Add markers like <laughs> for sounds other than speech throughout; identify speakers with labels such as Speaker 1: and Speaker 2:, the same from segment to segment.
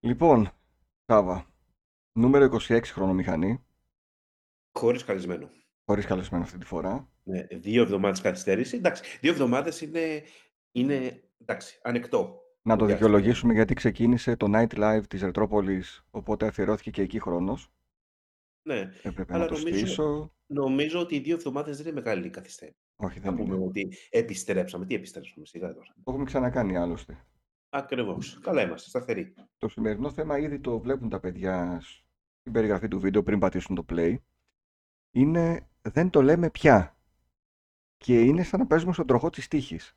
Speaker 1: Λοιπόν, Σάβα, νούμερο 26 χρονομηχανή,
Speaker 2: Χωρίς καλεσμένο.
Speaker 1: χωρίς καλεσμένο αυτή τη φορά.
Speaker 2: Ναι, δύο εβδομάδες καθυστέρηση. Εντάξει, δύο εβδομάδες είναι, είναι εντάξει, ανεκτό.
Speaker 1: Να το
Speaker 2: Εντάξει.
Speaker 1: δικαιολογήσουμε γιατί ξεκίνησε το Night Live της Ρετρόπολης, οπότε αφιερώθηκε και εκεί χρόνος.
Speaker 2: Ναι.
Speaker 1: Έπρεπε
Speaker 2: Αλλά
Speaker 1: να το
Speaker 2: νομίζω-
Speaker 1: στήσω.
Speaker 2: Νομίζω ότι οι δύο εβδομάδες δεν είναι μεγάλη καθυστέρηση.
Speaker 1: Όχι, δεν
Speaker 2: Να πούμε
Speaker 1: είναι.
Speaker 2: ότι επιστρέψαμε. Τι επιστρέψαμε, σιγά τώρα.
Speaker 1: Το έχουμε ξανακάνει άλλωστε.
Speaker 2: Ακριβώς.
Speaker 1: Ναι.
Speaker 2: Καλά είμαστε, σταθεροί.
Speaker 1: Το σημερινό θέμα ήδη το βλέπουν τα παιδιά στην περιγραφή του βίντεο πριν πατήσουν το play. Είναι δεν το λέμε πια. Και είναι σαν να παίζουμε στον τροχό της τύχης.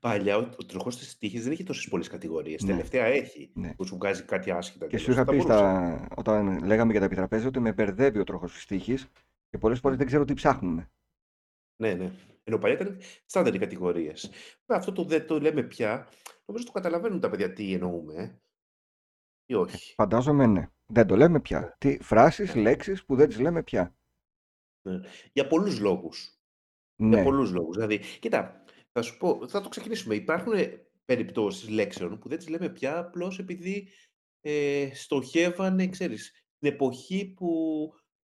Speaker 2: Παλιά ο, ο τροχός της τύχης δεν είχε τόσες πολλές κατηγορίες.
Speaker 1: Ναι.
Speaker 2: Τελευταία έχει.
Speaker 1: Ναι.
Speaker 2: Που σου βγάζει κάτι άσχετα.
Speaker 1: Και
Speaker 2: τελείως.
Speaker 1: σου είχα
Speaker 2: Θα
Speaker 1: πει
Speaker 2: μπορούσε.
Speaker 1: στα... όταν λέγαμε για τα επιτραπέζια ότι με μπερδεύει ο τροχός της τύχης και πολλές φορές δεν ξέρω τι ψάχνουμε.
Speaker 2: Ναι, ναι. Ενώ παλιά ήταν στάνταρ οι κατηγορίε. Αυτό το δεν το λέμε πια. Νομίζω το καταλαβαίνουν τα παιδιά τι εννοούμε. ε, Ή όχι.
Speaker 1: Φαντάζομαι ναι. Δεν το λέμε πια. Τι φράσεις, λέξεις που δεν τις λέμε πια.
Speaker 2: Για πολλούς λόγους. Για
Speaker 1: Ναι,
Speaker 2: πολλούς λόγους. Δηλαδή, κοίτα, θα σου πω, θα το ξεκινήσουμε. Υπάρχουν περιπτώσεις λέξεων που δεν τις λέμε πια απλώς επειδή ε, στοχεύανε, ξέρεις, την εποχή που,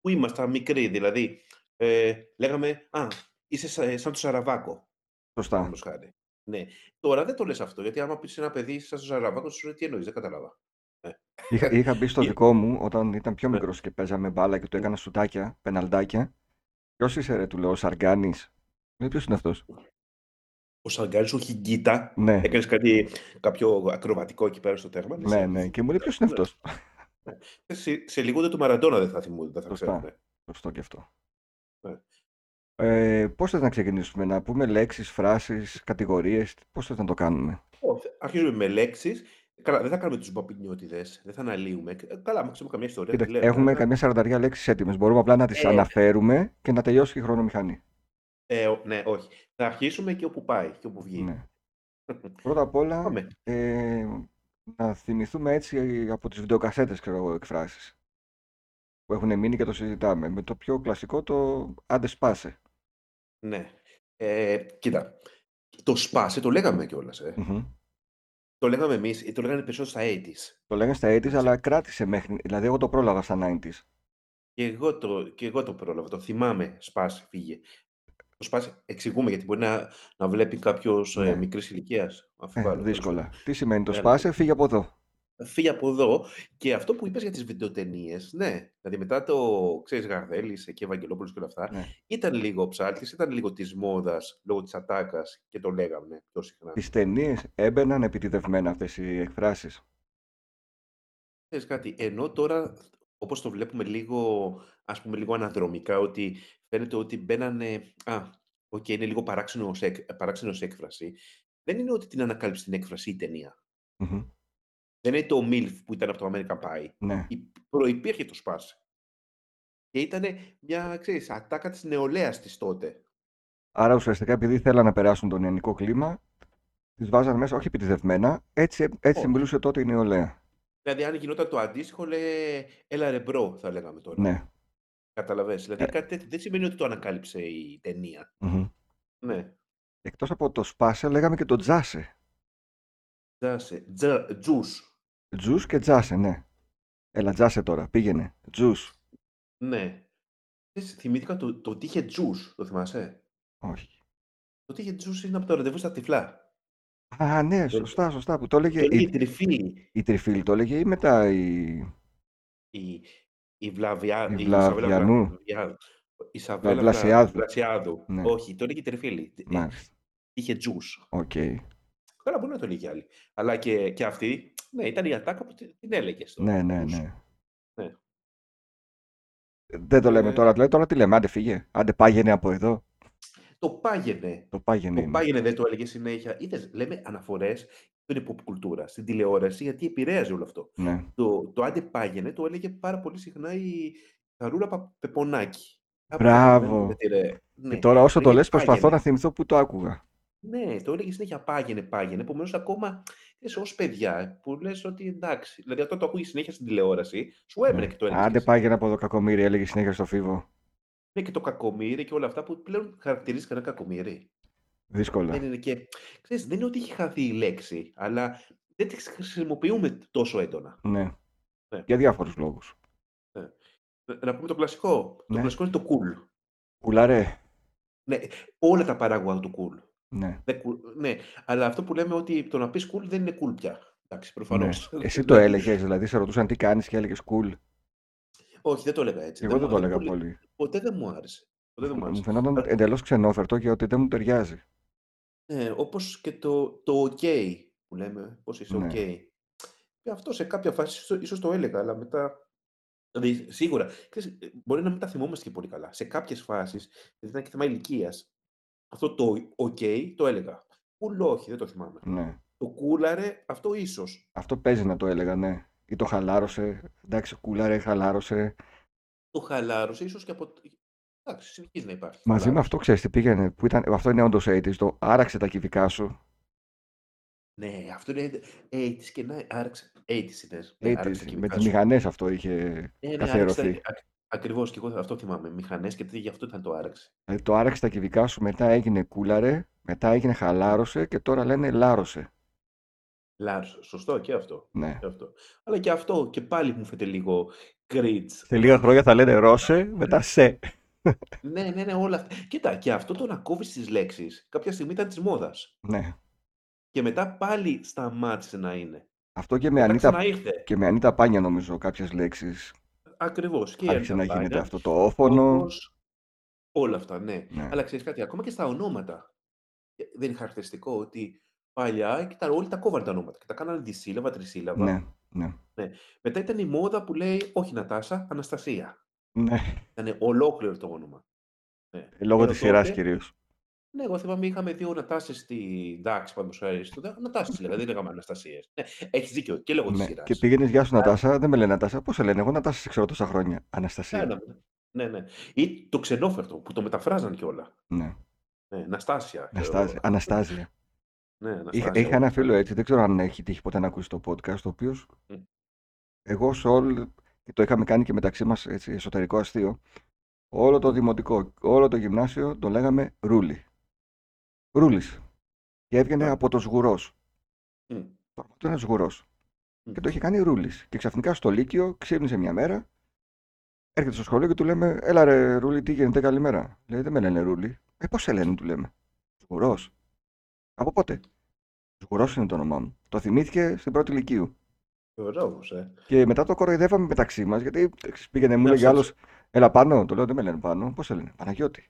Speaker 2: που ήμασταν μικροί. Δηλαδή, ε, λέγαμε, Α, είσαι σα- σαν το Σαραβάκο.
Speaker 1: σωστά.
Speaker 2: παραδείγματος χάρη. Ναι. Τώρα δεν το λες αυτό, γιατί άμα πεις ένα παιδί, είσαι σαν το Σαραβάκο, σου λέει τι εννοείς, δεν κατάλαβα.
Speaker 1: Είχα, είχα μπει στο
Speaker 2: Ή-
Speaker 1: δικό μου όταν ήταν πιο
Speaker 2: Ναι.
Speaker 1: μικρός και παίζαμε μπάλα και του έκανα σουτάκια, πεναλτάκια. Ποιος είσαι, ρε, του λέω, Σαργκάνη. Λέει, ποιος είναι αυτός.
Speaker 2: Ο Σαγκάρι, ο Χιγκίτα,
Speaker 1: Ναι,
Speaker 2: έκανες κάτι, κάποιο ακροβατικό εκεί πέρα στο τέρμα. λες,
Speaker 1: ναι,
Speaker 2: «Ε,
Speaker 1: ναι. Και μου λέει, ποιος είναι αυτό.
Speaker 2: Σε, σε λίγο ούτε του Μαραντόνα δεν θα θυμούνται, δεν θα
Speaker 1: Σωστά.
Speaker 2: ξέρουν.
Speaker 1: Σωστό και αυτό.
Speaker 2: Ναι.
Speaker 1: Ε, πώς θες να ξεκινήσουμε, να πούμε λέξεις, φράσεις, κατηγορίες, πώς θες να το κάνουμε.
Speaker 2: Ω, θε- Αρχίζουμε με λέξεις. Καλά, δεν θα κάνουμε τους μπαπινιώτιδες, δεν θα αναλύουμε. Ε, Καλά, άμα ξέρουμε καμιά ιστορία.
Speaker 1: Κοίτα,
Speaker 2: τη λέμε,
Speaker 1: έχουμε
Speaker 2: αλλά-
Speaker 1: καμιά σαρανταριά λέξεις έτοιμες. Μπορούμε απλά να τις
Speaker 2: Ε.
Speaker 1: αναφέρουμε και να τελειώσει και η χρονομηχανή.
Speaker 2: Ε, ο- ναι, όχι. Θα αρχίσουμε και όπου πάει και όπου βγει. <laughs>
Speaker 1: Ναι. Πρώτα απ' όλα,
Speaker 2: Πάμε.
Speaker 1: ε, να θυμηθούμε έτσι από τις βιντεοκασέτες ξέρω εγώ εκφράσεις που έχουν μείνει και το συζητάμε. Με το πιο κλασικό το άντε σπάσε.
Speaker 2: Ναι. Ε, κοίτα. Το σπάσε, το λέγαμε κιόλας. Ε.
Speaker 1: Μμμ.
Speaker 2: Το λέγαμε εμείς ή το λέγανε περισσότερο στα 80s.
Speaker 1: Το λέγανε στα 80s αλλά κράτησε μέχρι, δηλαδή εγώ το πρόλαβα στα 90s.
Speaker 2: Και εγώ το, και εγώ το πρόλαβα, το θυμάμαι. Σπάσε, φύγε. Το σπάσε, εξηγούμε γιατί μπορεί να, να βλέπει κάποιος
Speaker 1: Ναι.
Speaker 2: ε, μικρής ηλικίας.
Speaker 1: Ε, δύσκολα. Τι σημαίνει το
Speaker 2: Ναι,
Speaker 1: σπάσε, φύγε από εδώ.
Speaker 2: φύγει από εδώ. Και αυτό που είπες για τις βιντεοτενίες, ναι. Δηλαδή μετά το ξέρεις Γαρδέλης και Ευαγγελόπουλος και όλα αυτά,
Speaker 1: Ναι.
Speaker 2: ήταν λίγο ψάλτης, ήταν λίγο της μόδας λόγω της ατάκας και το λέγαμε πιο συχνά.
Speaker 1: Τις ταινίες έμπαιναν επιτιδευμένα αυτές οι εκφράσεις.
Speaker 2: Θες κάτι, ενώ τώρα όπως το βλέπουμε λίγο, ας πούμε λίγο αναδρομικά, ότι φαίνεται ότι μπαίνανε, α, οκ, είναι λίγο παράξενος ως, εκ- παράξενος ως έκφραση, δεν είναι ότι την ανακάλυψε την έκφραση η ταινία.
Speaker 1: Μμμ.
Speaker 2: Δεν είναι το MILF που ήταν από το American Pie.
Speaker 1: Ναι.
Speaker 2: Υ- Προϋπήρχε το σπάς. Και ήταν μια, ξέρεις, ατάκα της νεολαίας της τότε.
Speaker 1: Άρα ουσιαστικά επειδή θέλαν να περάσουν το νεανικό κλίμα, τις βάζαν μέσα όχι επιτιδευμένα, έτσι, έτσι
Speaker 2: Όχι.
Speaker 1: μιλούσε τότε η νεολαία.
Speaker 2: Δηλαδή, αν γινόταν το αντίστοιχο, λέει, έλα ρε μπρο, θα λέγαμε τώρα.
Speaker 1: Ναι.
Speaker 2: Καταλαβες. Δηλαδή,
Speaker 1: Ε.
Speaker 2: κάτι τέτοιο δεν σημαίνει ότι το ανακάλυψε η ταινία.
Speaker 1: Μμμ.
Speaker 2: Ναι.
Speaker 1: Εκτός από το σπάσε, λέγαμε και το τζάσε.
Speaker 2: Τζάσε. Τζα, τζους.
Speaker 1: Τζους και τζάσε, ναι. Έλα, τζάσε τώρα, πήγαινε. Τζους.
Speaker 2: Ναι. Ξέρεις, Θυμήθηκα το, το τι είχε τζους, το θυμάσαι.
Speaker 1: Όχι.
Speaker 2: Το τι είχε τζους είναι από το ραντεβού στα τυφλά.
Speaker 1: Α, ναι,
Speaker 2: Το-
Speaker 1: σωστά, σωστά που το έλεγε.
Speaker 2: το έλεγε η
Speaker 1: Η,
Speaker 2: τρυφή,
Speaker 1: η Τριφίλη το έλεγε ή μετά η.
Speaker 2: η, η Βλαβιά,
Speaker 1: Η
Speaker 2: η Ισαβέλα Βλα-
Speaker 1: Βλαβιανού.
Speaker 2: Βλαβιάδου. Η Ισαβέλα Βλα-
Speaker 1: Βλασιάδου.
Speaker 2: Βλασιάδου.
Speaker 1: Ναι.
Speaker 2: Όχι, το έλεγε η τρυφίλη. Ε,
Speaker 1: Μάλιστα.
Speaker 2: Είχε τζους.
Speaker 1: Οκ.
Speaker 2: Καλά, μπορεί να το λέγει άλλη. Αλλά και, και αυτή, ναι, ήταν η ατάκα που την την έλεγε. στο
Speaker 1: Ναι, ναι,
Speaker 2: τζους.
Speaker 1: ναι.
Speaker 2: Ναι.
Speaker 1: Δεν το λέμε
Speaker 2: Ε.
Speaker 1: τώρα, δηλαδή, τώρα τι λέμε, άντε φύγε, άντε πάγαινε από εδώ.
Speaker 2: Το πάγαινε.
Speaker 1: Το πάγαινε
Speaker 2: Το
Speaker 1: είναι.
Speaker 2: πάγαινε δεν το έλεγε συνέχεια. Είδες, λέμε αναφορές στην pop κουλτούρα, στην τηλεόραση, γιατί επηρέαζε όλο αυτό.
Speaker 1: Ναι.
Speaker 2: το, το άντε πάγαινε το έλεγε πάρα πολύ συχνά η Θαρούλα Πα- Πεπονάκη. Κάπου
Speaker 1: Μπράβο.
Speaker 2: χαμένη με τη ρε. Ναι.
Speaker 1: Και τώρα όσο το
Speaker 2: έλεγε
Speaker 1: λες προσπαθώ
Speaker 2: πάγαινε.
Speaker 1: να θυμηθώ που το άκουγα.
Speaker 2: Ναι, το έλεγε συνέχεια πάγαινε, πάγαινε. Επομένως, ακόμα ως παιδιά που λες ότι εντάξει. Δηλαδή, όταν το ακούγεις συνέχεια στην τηλεόραση, σου
Speaker 1: Ναι.
Speaker 2: έμενε και το έλεγες.
Speaker 1: Άντε πάγαινε από εδώ κακομύρι, έλεγε συνέχεια στο φίβο.
Speaker 2: Ναι, και το κακομίρι και όλα αυτά που πλέον χαρακτηρίζεις κανένα κακομίρι.
Speaker 1: Δύσκολα.
Speaker 2: Δεν είναι και. Ξέρεις, δεν είναι ότι έχει χαθεί η λέξη, αλλά δεν τις χρησιμοποιούμε τόσο έντονα.
Speaker 1: Ναι.
Speaker 2: Ναι.
Speaker 1: Για διάφορους λόγους.
Speaker 2: Ε, Να πούμε το κλασικό. Το
Speaker 1: Ναι.
Speaker 2: κλασικό είναι το cool.
Speaker 1: Κουλαρέ.
Speaker 2: Ναι, όλα τα παράγωγα του cool.
Speaker 1: Ναι.
Speaker 2: Δεν κου- ναι, αλλά αυτό που λέμε ότι το να πεις cool δεν είναι cool πια. Εντάξει, προφανώς.
Speaker 1: ναι.
Speaker 2: <laughs>
Speaker 1: Εσύ το έλεγες, δηλαδή σε ρωτούσαν τι κάνεις και έλεγες cool.
Speaker 2: Όχι, δεν το έλεγα έτσι.
Speaker 1: Εγώ δεν
Speaker 2: μου-
Speaker 1: το έλεγα
Speaker 2: πολύ-
Speaker 1: πολύ.
Speaker 2: Ποτέ δεν μου άρεσε. Ποτέ δεν μου
Speaker 1: Μου
Speaker 2: άρεσε.
Speaker 1: φαινόταν εντελώς ξενόφερτο και ότι δεν μου ταιριάζει.
Speaker 2: Ναι, Όπως και το, το OK που λέμε, πώς είσαι
Speaker 1: Ναι.
Speaker 2: OK. Και αυτό σε κάποια φάση ίσως το έλεγα, αλλά μετά. Δηλαδή, σίγουρα. Ξέρεις, ε, μπορεί να μην τα θυμόμαστε και πολύ καλά. Σε κάποιες φάσεις, γιατί ήταν και θέμα ηλικίας, αυτό το OK το έλεγα. Cool, όχι, δεν το θυμάμαι.
Speaker 1: Ναι.
Speaker 2: Το κούλαρε, αυτό ίσως.
Speaker 1: Αυτό παίζει να το έλεγα, ναι. Ή το χαλάρωσε. Εντάξει, κούλαρε, χαλάρωσε.
Speaker 2: Το χαλάρωσε, ίσως και από. Εντάξει, συνεχίζει να υπάρχει.
Speaker 1: Μαζί με
Speaker 2: χαλάρωση.
Speaker 1: αυτό ξέρεις τι πήγαινε. Που ήταν, αυτό είναι όντως AIDS. Το άραξε τα κυβικά σου.
Speaker 2: Ναι, αυτό είναι 80s και να άραξε. 80s είναι. ναι,
Speaker 1: 80s,
Speaker 2: άραξε και
Speaker 1: με
Speaker 2: δικά
Speaker 1: τις
Speaker 2: σου.
Speaker 1: μηχανές αυτό είχε
Speaker 2: Ναι, ναι,
Speaker 1: καθιερωθεί.
Speaker 2: άραξε. Ακριβώς και εγώ αυτό θυμάμαι. Μηχανές και τι, γι' αυτό ήταν το άραξε.
Speaker 1: Δηλαδή το άραξε τα κυβικά σου, μετά έγινε κούλαρε, μετά έγινε χαλάρωσε και τώρα λένε λάρωσε.
Speaker 2: Λάρσο. Σωστό και αυτό.
Speaker 1: Ναι.
Speaker 2: και αυτό. Αλλά και αυτό και πάλι μου φαίνεται λίγο κρίτς.
Speaker 1: Σε λίγα χρόνια θα λένε ρώσε, μετά σε.
Speaker 2: Ναι, ναι, ναι, όλα αυτά. Κοίτα, και αυτό το να κόβεις τις λέξεις κάποια στιγμή ήταν της μόδας.
Speaker 1: Ναι.
Speaker 2: Και μετά πάλι σταμάτησε να είναι.
Speaker 1: Αυτό και με
Speaker 2: Μετά
Speaker 1: Ανίτα,
Speaker 2: ξαναήρθε.
Speaker 1: και με Ανίτα Πάνια νομίζω κάποιες λέξεις
Speaker 2: Ακριβώς. Και η
Speaker 1: άρχισε να
Speaker 2: Ανίτα
Speaker 1: γίνεται
Speaker 2: Πάνια,
Speaker 1: αυτό το όφωνο.
Speaker 2: όπως Όλα αυτά, ναι.
Speaker 1: Ναι.
Speaker 2: Αλλά ξέρεις κάτι, ακόμα και στα ονόματα. Ε, Δεν είναι χαρακτηριστικό ότι παλιά και τα, όλοι τα κόβανε τα ονόματα και τα κάνανε δυσύλλαβα, τρισύλλαβα.
Speaker 1: Ναι, ναι,
Speaker 2: Μετά ήταν η μόδα που λέει Όχι Νατάσα, Αναστασία.
Speaker 1: ναι.
Speaker 2: Ήταν ολόκληρο το όνομα. Ναι.
Speaker 1: Ε, Λόγω
Speaker 2: Ενώ
Speaker 1: της σειράς
Speaker 2: τότε,
Speaker 1: κυρίως.
Speaker 2: Ναι, εγώ θυμάμαι είχαμε δύο Νατάσε στην τάξη πάνω στο αέριο. Νατάσε λέγαμε, δηλαδή, δεν λέγαμε Αναστασίες. Ναι, έχεις δίκιο και λόγω της
Speaker 1: Ναι.
Speaker 2: σειράς.
Speaker 1: Και πήγαινες γεια σου Νατάσα, δεν με λένε Νατάσα. Πώς σε λένε, εγώ Νατάσα σε ξέρω τόσα χρόνια. Αναστασία.
Speaker 2: Κάναμε. Ναι, ναι. Ή το ξενόφερτο που το μεταφράζαν κιόλα.
Speaker 1: Ναι.
Speaker 2: Ναι, Ναστάσια. ξέρω εγώ.
Speaker 1: Αναστάζια. Αναστάζια.
Speaker 2: Ναι,
Speaker 1: Είχα,
Speaker 2: Αναστάσια.
Speaker 1: είχα ένα φίλο έτσι, δεν ξέρω αν έχει τύχει ποτέ να ακούσει το podcast, το οποίος
Speaker 2: Μμ.
Speaker 1: εγώ σε όλο, και το είχαμε κάνει και μεταξύ μας έτσι, εσωτερικό αστείο, όλο το δημοτικό, όλο το γυμνάσιο το λέγαμε Ρούλι. Ρούλης. Και έβγαινε
Speaker 2: Μάλιστα.
Speaker 1: από το σγουρός.
Speaker 2: Μμ,
Speaker 1: Το ένα σγουρός.
Speaker 2: μμ.
Speaker 1: Και το είχε κάνει Ρούλης. Και ξαφνικά στο Λύκειο ξύπνησε μια μέρα, έρχεται στο σχολείο και του λέμε «Έλα ρε Ρούλη, τι γίνεται, καλημέρα». Λέει «Δεν με λένε Ρούλη». «Ε, πώς σε λένε» του λέμε. «Σγουρός». Από πότε. Σγουρός είναι το όνομά μου. Το θυμήθηκε στην πρώτη Λυκείου.
Speaker 2: Ωραίος, ε.
Speaker 1: Και μετά το κοροϊδεύαμε μεταξύ μας, γιατί ξέρεις, πήγαινε, μου
Speaker 2: Ναι,
Speaker 1: έλεγε
Speaker 2: αυτό
Speaker 1: άλλος, Έλα πάνω, το λέω, δεν με λένε πάνω. Πώς σε λένε, Παναγιώτη.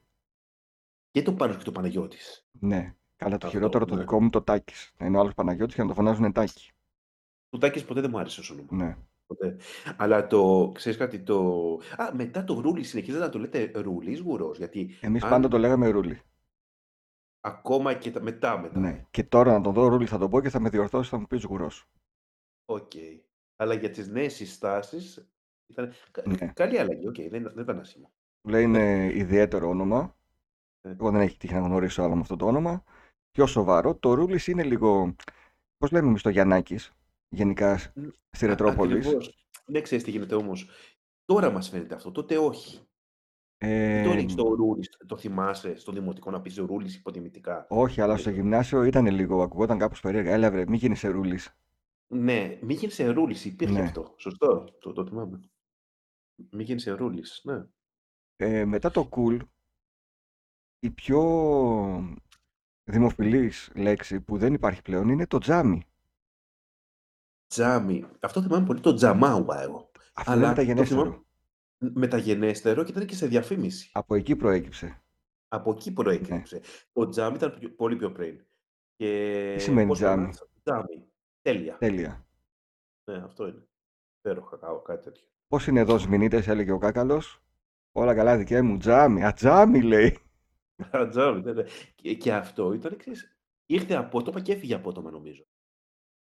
Speaker 2: Και το Πάνος και το Παναγιώτης.
Speaker 1: Ναι. Καλά, το
Speaker 2: Αυτό,
Speaker 1: χειρότερο το
Speaker 2: ναι.
Speaker 1: δικό μου το τάκι. Να είναι ο άλλος Παναγιώτης και να το φωνάζουν τάκι.
Speaker 2: Το Τάκης ποτέ δεν μου άρεσε ως όνομα.
Speaker 1: Ναι.
Speaker 2: Ποτέ. Αλλά το, ξέρεις κάτι, το... Α, μετά το Ρούλι συνεχίζετε να το λέτε Ρούλις Γουρός, γιατί
Speaker 1: Εμείς
Speaker 2: αν
Speaker 1: πάντα το λέγαμε Ρούλι.
Speaker 2: ακόμα και τα... μετά μετά.
Speaker 1: Ναι. Και τώρα να τον δω Ρούλι θα τον πω και θα με διορθώσει, θα μου πεις γουρός.
Speaker 2: Οκ. Αλλά για τις νέες συστάσεις ήταν κα-
Speaker 1: Ναι.
Speaker 2: καλή αλλαγή. Οκ, δεν, δεν ήταν άσχημο.
Speaker 1: Του λέει είναι ιδιαίτερο όνομα.
Speaker 2: Ναι.
Speaker 1: Εγώ δεν έχει τύχει να γνωρίσω άλλο με αυτό το όνομα. Πιο σοβαρό. Το Ρούλι είναι λίγο. Πώς λέμε εμείς το Γιαννάκης, γενικά
Speaker 2: Ν-
Speaker 1: στη
Speaker 2: Α-
Speaker 1: Ρετρόπολης.
Speaker 2: ακριβώς. Ναι, ξέρεις τι γίνεται όμως. Τώρα μας φαίνεται αυτό, τότε όχι. Δεν το
Speaker 1: Ε,
Speaker 2: έλεγες το Ρούλις, το θυμάσαι στο δημοτικό να πεις Ρούλις υποτιμητικά.
Speaker 1: Όχι, αλλά
Speaker 2: Ε,
Speaker 1: στο γυμνάσιο ήταν λίγο, ακουγόταν κάπως περίεργα. Έλα βρε, μην γίνεις ρούλης.
Speaker 2: Ναι, μη γίνεσαι ρούλης, υπήρχε
Speaker 1: Ναι.
Speaker 2: αυτό. Σωστό, το, το θυμάμαι. Μη γίνεσαι ρούλης, ναι.
Speaker 1: Ε, μετά το cool, η πιο δημοφιλής λέξη που δεν υπάρχει πλέον είναι το τζάμι.
Speaker 2: Τζάμι. Αυτό θυμάμαι πολύ το τζαμάουα εγώ.
Speaker 1: Αυτό είναι
Speaker 2: Αλλά το
Speaker 1: μεταγενέστερο.
Speaker 2: θυμάμαι μεταγενέστερο και ήταν και σε διαφήμιση.
Speaker 1: Από εκεί προέκυψε.
Speaker 2: Από εκεί
Speaker 1: Ναι.
Speaker 2: προέκυψε. Το τζάμι ήταν πιο- πολύ πιο πριν. Και
Speaker 1: Τι σημαίνει
Speaker 2: πώς το
Speaker 1: τζάμι?
Speaker 2: ονόμασαν, Τζάμι. Τέλεια.
Speaker 1: Τέλεια.
Speaker 2: Ναι, αυτό είναι. Υπέροχα, κακάο, κάτι τέτοιο. <laughs>
Speaker 1: Πώς είναι εδώ σμηνίτες, έλεγε ο Κάκαλος. Όλα καλά δικαί μου, τζάμι. Α, τζάμι λέει.
Speaker 2: Α, Τζάμι, ναι, ναι. Και, και αυτό ήταν εξής. Ήρθε απότομα και έφυγε απότομα, νομίζω.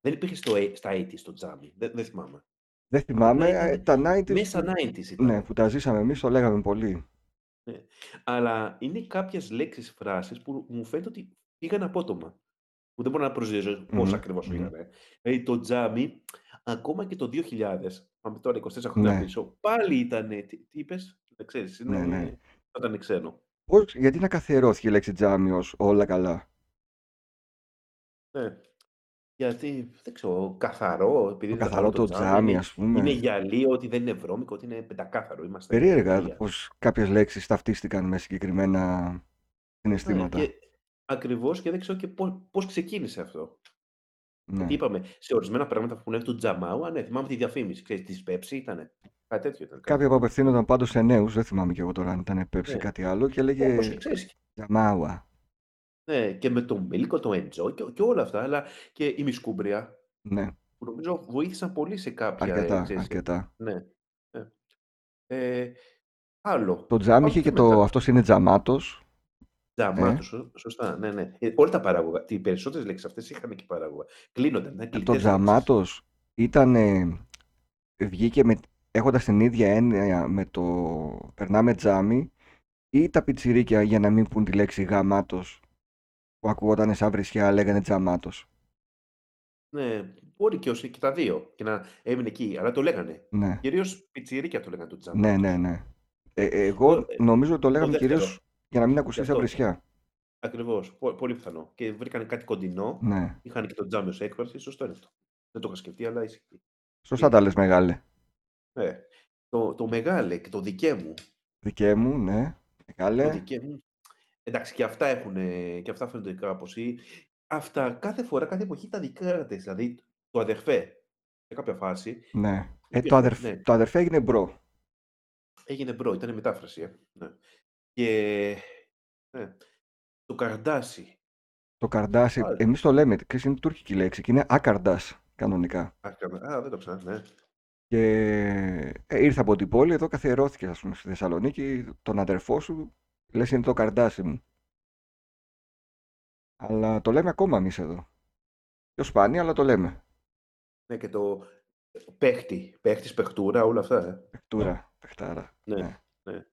Speaker 2: Δεν υπήρχε στο, ε- στα 80 το τζάμι. Δεν, δεν θυμάμαι.
Speaker 1: Δεν θυμάμαι,
Speaker 2: Απλά
Speaker 1: ε,
Speaker 2: ήταν
Speaker 1: τα 90s
Speaker 2: Μέσα
Speaker 1: που,
Speaker 2: 90s ήταν.
Speaker 1: ναι, που τα ζήσαμε εμείς, το λέγαμε πολύ.
Speaker 2: Αλλά είναι κάποιες λέξεις, φράσεις που μου φαίνεται ότι πήγαν απότομα. Που δεν μπορώ να προσδιορίσω πώς
Speaker 1: Μμμ,
Speaker 2: ακριβώς
Speaker 1: μμμ.
Speaker 2: πήγανε. Δηλαδή το τζάμι, ακόμα και το 2000, πάμε τώρα 24 χρόνια
Speaker 1: Ναι.
Speaker 2: πίσω, πάλι ήταν. Τι, τι είπες, δεν ξέρεις,
Speaker 1: Ναι,
Speaker 2: είναι.
Speaker 1: ναι.
Speaker 2: θα Ήταν ξένο.
Speaker 1: Πώς, γιατί να καθιερώθηκε η λέξη τζάμι ως όλα καλά.
Speaker 2: Ναι. Γιατί, δεν ξέρω, καθαρό, επειδή
Speaker 1: Το
Speaker 2: δεν καθαρό
Speaker 1: καθαρό
Speaker 2: το
Speaker 1: το
Speaker 2: τζάμι,
Speaker 1: τζάμι,
Speaker 2: είναι,
Speaker 1: ας
Speaker 2: είναι
Speaker 1: πούμε.
Speaker 2: γυαλί, ότι δεν είναι βρώμικο, ότι είναι πεντακάθαρο. Είμαστε
Speaker 1: Περίεργα
Speaker 2: τελεία.
Speaker 1: πως κάποιες λέξεις ταυτίστηκαν με συγκεκριμένα
Speaker 2: Ναι,
Speaker 1: συναισθήματα.
Speaker 2: και ακριβώς και δεν ξέρω και πώς πώς ξεκίνησε αυτό. Γιατί
Speaker 1: Ναι.
Speaker 2: είπαμε, σε ορισμένα πράγματα που είναι του Τζαμάου, α, ναι, θυμάμαι τη διαφήμιση. Ξέρεις, της Pepsi ήταν. Κάτι τέτοιο ήταν κάτι.
Speaker 1: Κάποια που απευθύνονταν πάντως σε νέους, δεν θυμάμαι και εγώ τώρα αν ήταν Pepsi ή
Speaker 2: Ναι.
Speaker 1: κάτι άλλο, και
Speaker 2: Όπως
Speaker 1: έλεγε
Speaker 2: και ξέρεις,
Speaker 1: Τζαμάουα.
Speaker 2: ναι, και με το Μίλκο, το Enjoy και, και όλα αυτά, αλλά και η Μισκούμπρια,
Speaker 1: Ναι,
Speaker 2: που νομίζω βοήθησαν πολύ σε κάποια, ε,
Speaker 1: αρκετά,
Speaker 2: ξέρεις, ε,
Speaker 1: αρκετά.
Speaker 2: ναι. ναι. Ε, άλλο.
Speaker 1: Το τζάμι
Speaker 2: Πάμε
Speaker 1: είχε και
Speaker 2: πιο
Speaker 1: το
Speaker 2: μετά.
Speaker 1: αυτός είναι τζαμάτος. Ε,
Speaker 2: Τζαμάτο, σω- σωστά. Ναι, ναι. Ε, όλα τα παράγωγα. Οι περισσότερες λέξεις αυτές είχαν και παράγωγα. Κλείνονταν, ήταν
Speaker 1: και το
Speaker 2: κλειτέ λέξει.
Speaker 1: τζαμάτος ήταν, ε, βγήκε με, έχοντας την ίδια έννοια με το περνάμε τζάμι ή τα πιτσιρίκια για να μην πούν τη λέξη γαμάτος που ακουγόταν σαν βρισιά λέγανε τζαμάτος.
Speaker 2: Ναι, μπορεί και, ως, και τα δύο. Και να έμεινε εκεί. Αλλά το λέγανε.
Speaker 1: Ναι,
Speaker 2: Κυρίως πιτσιρίκια το λέγανε το
Speaker 1: ναι,
Speaker 2: τζαμάτος.
Speaker 1: ναι, ναι. Ε, ε,
Speaker 2: Το,
Speaker 1: εγώ
Speaker 2: ε,
Speaker 1: νομίζω ότι το
Speaker 2: το
Speaker 1: λέγαμε
Speaker 2: δεύτερο.
Speaker 1: κυρίως για να μην
Speaker 2: Γι'
Speaker 1: ακουστεί σαν
Speaker 2: αυτό.
Speaker 1: βρισιά.
Speaker 2: Ακριβώς. Πολύ πιθανό. Και βρήκανε κάτι κοντινό.
Speaker 1: Ναι.
Speaker 2: Είχαν και το τζάμι ως έκφραση. Σωστό είναι αυτό. Δεν το είχα σκεφτεί, αλλά είσαι
Speaker 1: Σωστά τα
Speaker 2: δίκιο.
Speaker 1: λες μεγάλε.
Speaker 2: Ε, το, το μεγάλε και το δικέ μου.
Speaker 1: Δικέ μου, ναι.
Speaker 2: Το
Speaker 1: Μεγάλε.
Speaker 2: δικέ μου. Εντάξει, και αυτά έχουν, ε, και αυτά φαίνονται κάπως. Αυτά κάθε φορά, κάθε εποχή τα δικά της. Δηλαδή, το αδερφέ, σε κάποια φάση,
Speaker 1: Ναι. Ε, το,
Speaker 2: υπήρχε.
Speaker 1: αδερφ,
Speaker 2: Ναι,
Speaker 1: το αδερφέ έγινε μπρο.
Speaker 2: έγινε μπρο, ήταν μετάφραση. ε, Ναι. Και ναι, το καρδάσι.
Speaker 1: Το καρντάσι,
Speaker 2: Α,
Speaker 1: εμείς το λέμε, ξέρεις, είναι τουρκική λέξη και είναι άκαρντα κανονικά.
Speaker 2: άκανα- α, δεν το ξανά, ναι.
Speaker 1: Και ε, ήρθα από την πόλη, εδώ καθιερώθηκε, ας πούμε, στη Θεσσαλονίκη, τον αδερφό σου, λες είναι το καρντάσι μου. Αλλά το λέμε ακόμα εμείς εδώ. Πιο σπάνια, αλλά το λέμε.
Speaker 2: Ναι, και το ε, παίχτη, παίχτης, παιχτούρα, όλα αυτά. ε.
Speaker 1: Πεκτούρα, πεκτάρα.
Speaker 2: Ναι,
Speaker 1: Ναι.
Speaker 2: ναι.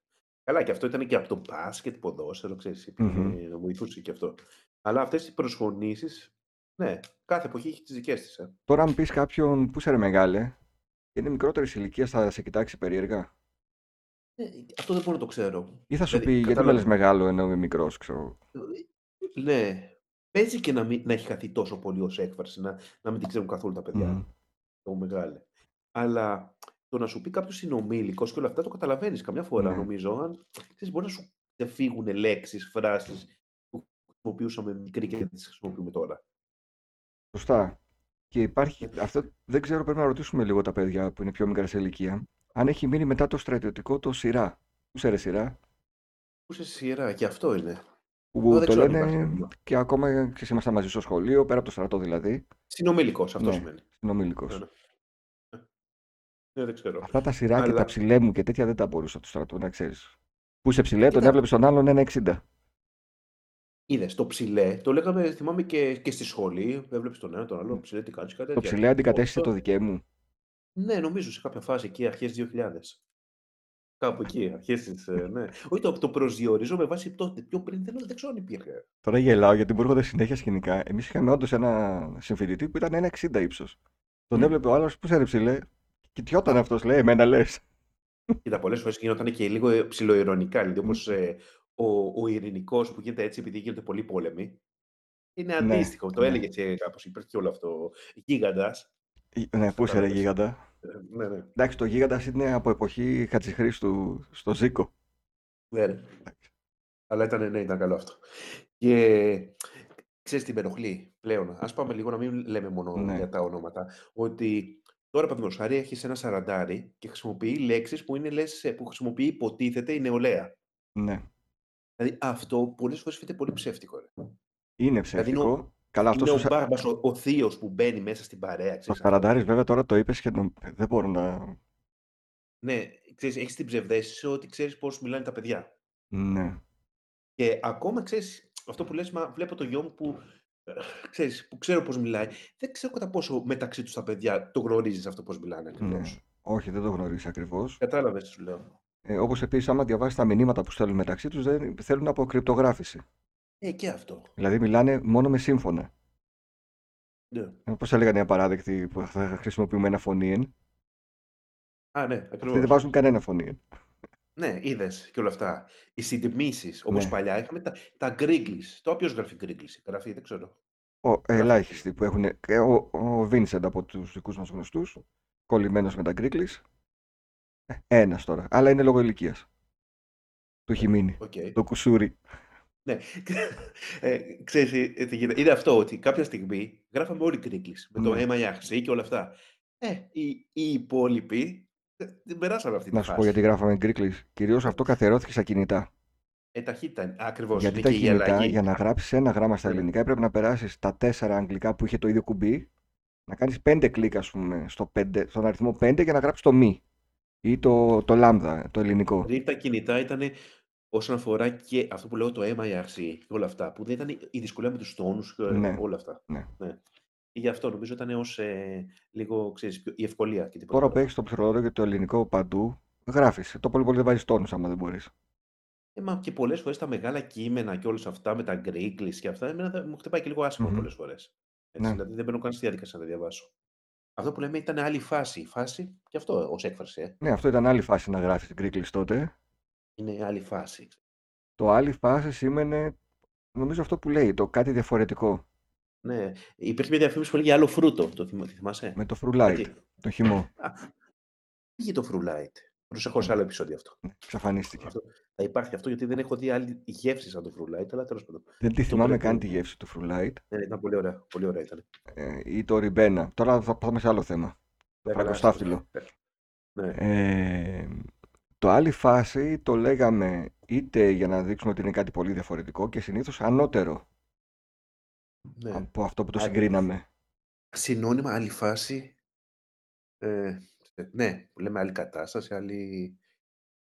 Speaker 2: Καλά, και αυτό ήταν και από το μπάσκετ, ποδόσφαιρο, ξέρεις,
Speaker 1: Μμμ.
Speaker 2: υπήρχε, βοηθούσε και αυτό. Αλλά αυτές οι προσχωνήσεις, ναι, κάθε εποχή έχει τις δικές της. ε.
Speaker 1: Τώρα, αν πεις κάποιον που είσαι ρε μεγάλε, και είναι μικρότερης ηλικίας, θα σε κοιτάξει περίεργα.
Speaker 2: Ε, αυτό δεν μπορώ να το ξέρω.
Speaker 1: Ή θα σου πει,
Speaker 2: Δηλαδή,
Speaker 1: γιατί με λε
Speaker 2: κατάλαβα.
Speaker 1: μεγάλο ενώ είμαι μικρός, ξέρω. εγώ.
Speaker 2: Ε, Ναι, παίζει και να, μην, να έχει χαθεί τόσο πολύ ως έκφραση, να, να μην την ξέρουν καθόλου τα παιδιά,
Speaker 1: Μμμ.
Speaker 2: το μεγάλο. Αλλά το να σου πει κάποιος συνομήλικο και όλα αυτά το καταλαβαίνεις καμιά φορά,
Speaker 1: Ναι.
Speaker 2: νομίζω. Αν ξέρεις, μπορεί να σου ξεφύγουν λέξεις, φράσεις που χρησιμοποιούσαμε μικρή και δεν τις χρησιμοποιούμε τώρα.
Speaker 1: Σωστά. Και υπάρχει,
Speaker 2: Ε,
Speaker 1: αυτό δεν ξέρω, πρέπει να ρωτήσουμε λίγο τα παιδιά που είναι πιο μικρά σε ηλικία, αν έχει μείνει μετά το στρατιωτικό το σειρά. Πού σε ρε σειρά,
Speaker 2: Πού σε σειρά, και αυτό είναι. Εδώ
Speaker 1: που
Speaker 2: δεν
Speaker 1: το
Speaker 2: ξέρω αν υπάρχει
Speaker 1: λένε
Speaker 2: ακόμα.
Speaker 1: και ακόμα και ήμασταν μαζί στο σχολείο, πέρα από το στρατό δηλαδή.
Speaker 2: Συνομήλικος, αυτό
Speaker 1: Ναι,
Speaker 2: σημαίνει. Ναι,
Speaker 1: συνομήλικος.
Speaker 2: ναι. Ναι, δεν ξέρω.
Speaker 1: Αυτά τα σειρά και τα
Speaker 2: Αλλά
Speaker 1: ψηλέ μου και τέτοια δεν τα μπορούσα του στρατού, να ξέρεις. Που σε ψηλέ, τον
Speaker 2: κοίτα,
Speaker 1: έβλεπες τον άλλον 1,60.
Speaker 2: είδες το ψηλέ, το λέγαμε, θυμάμαι και, και στη σχολή. Έβλεπες τον ένα, τον άλλο, Ναι. ψηλέ, τι κάνεις, κάτι
Speaker 1: Το
Speaker 2: τέτοια.
Speaker 1: ψηλέ αντικατέστησε το
Speaker 2: Αυτό,
Speaker 1: δικαί μου.
Speaker 2: ναι, νομίζω σε κάποια φάση εκεί, αρχές 2000. Κάπου εκεί, αρχές της. Ναι. Όχι, το, το προσδιορίζω με βάση τότε. Πιο πριν δεν, δεν ξέρω αν υπήρχε.
Speaker 1: Τώρα γελάω γιατί μου έρχονται συνέχεια σκηνικά. Εμείς είχαμε όντως ένα συμφιλητή που ήταν 1,60 ύψος. Τον
Speaker 2: Mm.
Speaker 1: έβλεπε ο άλλος, πού σε ρε ψηλέ. Κοιτιόταν αυτός, λέει, εμένα λες.
Speaker 2: Κοίτα, πολλές φορές γινόταν και λίγο ε, ψιλοειρωνικά. Δηλαδή, όπως ο, ο ειρηνικός που γίνεται έτσι επειδή γίνονται πολλοί πόλεμοι. Είναι
Speaker 1: Ναι,
Speaker 2: αντίστοιχο. Το
Speaker 1: ναι.
Speaker 2: έλεγε κάπω. Υπήρχε και όλο αυτό. Γίγαντας.
Speaker 1: Γι- Ναι, πού είσαι ρε
Speaker 2: Κατάλαβε.
Speaker 1: γίγαντα.
Speaker 2: Ναι, ναι.
Speaker 1: Εντάξει, το γίγαντα είναι από εποχή Χατζηχρήστου στο Ζήκο.
Speaker 2: ναι, ρε.
Speaker 1: Εντάξει.
Speaker 2: Αλλά ήταν, ναι, ήταν καλό αυτό. Και ξέρεις τι με ενοχλεί πλέον. Ας πάμε λίγο να μην λέμε μόνο
Speaker 1: Ναι,
Speaker 2: για τα ονόματα. Ότι τώρα, παραδείγματος χάρη, έχεις ένα σαραντάρι και χρησιμοποιεί λέξεις που, είναι, λες, ε, που χρησιμοποιεί υποτίθεται η νεολαία.
Speaker 1: ναι.
Speaker 2: Δηλαδή αυτό πολλές φορές φαίνεται πολύ ψεύτικο. Ρε.
Speaker 1: Είναι
Speaker 2: Δηλαδή είναι ο,
Speaker 1: ψεύτικο. Καλά, αυτός
Speaker 2: είναι
Speaker 1: ο,
Speaker 2: ο
Speaker 1: σα...
Speaker 2: μπάρμπας, ο, ο θείος που μπαίνει μέσα στην παρέα,
Speaker 1: ο
Speaker 2: ξέρει αυτό.
Speaker 1: Σαραντάρης, βέβαια τώρα το είπες και νο- δεν μπορώ να.
Speaker 2: Ναι, ξέρεις, έχεις την ψευδέστηση ότι ξέρεις πώς μιλάνε τα παιδιά.
Speaker 1: Ναι.
Speaker 2: Και ακόμα ξέρεις, αυτό που λες, μα βλέπω το γιο μου που, ε, ξέρεις, που ξέρω πώς μιλάει. Δεν ξέρω κατά πόσο μεταξύ τους τα παιδιά το γνωρίζεις αυτό πώς μιλάνε
Speaker 1: ναι.
Speaker 2: ακριβώς.
Speaker 1: Όχι, δεν το γνωρίζει ακριβώς.
Speaker 2: Κατάλαβες, σου λέω.
Speaker 1: Ε, Όπως επίσης, άμα διαβάσεις τα μηνύματα που στέλνουν μεταξύ τους, δεν θέλουν από κρυπτογράφηση.
Speaker 2: Ε, και αυτό.
Speaker 1: Δηλαδή, μιλάνε μόνο με σύμφωνα. Ε,
Speaker 2: Ναι.
Speaker 1: Πώ έλεγαν οι απαράδεκτοι που θα χρησιμοποιούμε ένα φωνήεν.
Speaker 2: Α, ναι,
Speaker 1: Αυτοί δεν
Speaker 2: ακριβώς.
Speaker 1: βάζουν κανένα φωνήεν.
Speaker 2: Ναι, είδες και όλα αυτά. Οι συντιμήσεις, όπως
Speaker 1: Ναι.
Speaker 2: παλιά είχαμε τα, τα γκρίγκλι. Το οποίο γράφει γκρίγκλι, γράφει, δεν ξέρω.
Speaker 1: Ο, ε, ελάχιστοι που έχουν. ε, Ο, ο Vincent από τους δικούς μας γνωστούς. Κολλημένος με τα Γκρίκλι. Ένας τώρα. Αλλά είναι λόγω ηλικίας. Του έχει μείνει.
Speaker 2: Οκ.
Speaker 1: Το κουσούρι.
Speaker 2: Ναι. ε, ξέρεις, ε, τι γίνεται. είναι αυτό ότι κάποια στιγμή γράφαμε όλοι κρίκλεις με το
Speaker 1: Ναι.
Speaker 2: αίμα Ιάχση και όλα αυτά. Ε, οι, οι υπόλοιποι ε, δεν περάσαμε αυτή τη
Speaker 1: Να σου πω γιατί
Speaker 2: φάση.
Speaker 1: γράφαμε Γκρίκλι. Κυρίως αυτό καθερώθηκε στα κινητά.
Speaker 2: Ε, ταχύτητα. Ακριβώς.
Speaker 1: γιατί τα κινητά για να γράψεις ένα γράμμα στα
Speaker 2: Ναι.
Speaker 1: ελληνικά έπρεπε να περάσεις τα τέσσερα αγγλικά που είχε το ίδιο κουμπί. Να κάνεις πέντε κλικ, ας πούμε, στο πέντε, στον αριθμό 5 για να γράψεις το μη. Ή το, το λάμδα, το ελληνικό.
Speaker 2: Δηλαδή τα κινητά ήταν όσον αφορά και αυτό που λέω το MIRC και όλα αυτά, που δεν ήταν η δυσκολία με τους τόνους και
Speaker 1: Ναι,
Speaker 2: όλα αυτά.
Speaker 1: ναι.
Speaker 2: Και γι' αυτό νομίζω ήταν ως ε, λίγο, ξέρεις, πιο- η ευκολία και τίποτα
Speaker 1: Τώρα που
Speaker 2: άλλο.
Speaker 1: έχεις το ψυχολόγιο και το ελληνικό παντού, γράφεις. Το πολύ πολύ δεν βάζεις τόνους άμα δεν μπορείς.
Speaker 2: Ε, μα και πολλές φορές τα μεγάλα κείμενα και όλα αυτά με τα γκρίκλεις και αυτά, εμένα θα- μου χτυπάει και λίγο άσχημα
Speaker 1: Μμμ.
Speaker 2: πολλές φορές. Έτσι,
Speaker 1: Ναι.
Speaker 2: δηλαδή δεν μπαίνω καν στη διαδικασία να τα διαβάσω. Αυτό που λέμε ήταν άλλη φάση. Η φάση και αυτό ως έκφραση. Ε.
Speaker 1: Ναι, αυτό ήταν άλλη φάση να γράφεις την κρίκλι τότε.
Speaker 2: Είναι άλλη φάση.
Speaker 1: Το άλλη φάση σήμαινε, νομίζω αυτό που λέει, το κάτι διαφορετικό.
Speaker 2: Ναι. Υπήρχε μια διαφήμιση που έλεγε άλλο φρούτο. Το θυμα- θυμάσαι.
Speaker 1: Με το φρουλάιτ,
Speaker 2: Κάτι-
Speaker 1: το χυμό.
Speaker 2: Α, Πήγε το Φρουλάιτ. Προσεχώ σε
Speaker 1: Ναι.
Speaker 2: άλλο επεισόδιο αυτό.
Speaker 1: Ναι, εξαφανίστηκε.
Speaker 2: αυτό. Θα υπάρχει αυτό γιατί δεν έχω δει άλλη γεύση σαν το Φρουλάιτ, αλλά τέλος πάντων.
Speaker 1: Δεν τη
Speaker 2: Το
Speaker 1: θυμάμαι
Speaker 2: βλέπω.
Speaker 1: καν τη γεύση του φρουλάιτ
Speaker 2: Ναι, ήταν πολύ ωραία. Πολύ ωραία ήταν.
Speaker 1: ε, ή το ριμπένα. Τώρα θα πάμε σε άλλο θέμα. Το
Speaker 2: Ναι, καλά,
Speaker 1: φραγκοστάφυλλο.
Speaker 2: Ναι.
Speaker 1: Ε, το άλλη φάση το λέγαμε είτε για να δείξουμε ότι είναι κάτι πολύ διαφορετικό και συνήθως ανώτερο
Speaker 2: ναι.
Speaker 1: από αυτό που το
Speaker 2: Άντε.
Speaker 1: συγκρίναμε.
Speaker 2: Συνώνυμα, άλλη φάση. Ε, ναι, λέμε άλλη κατάσταση, άλλη,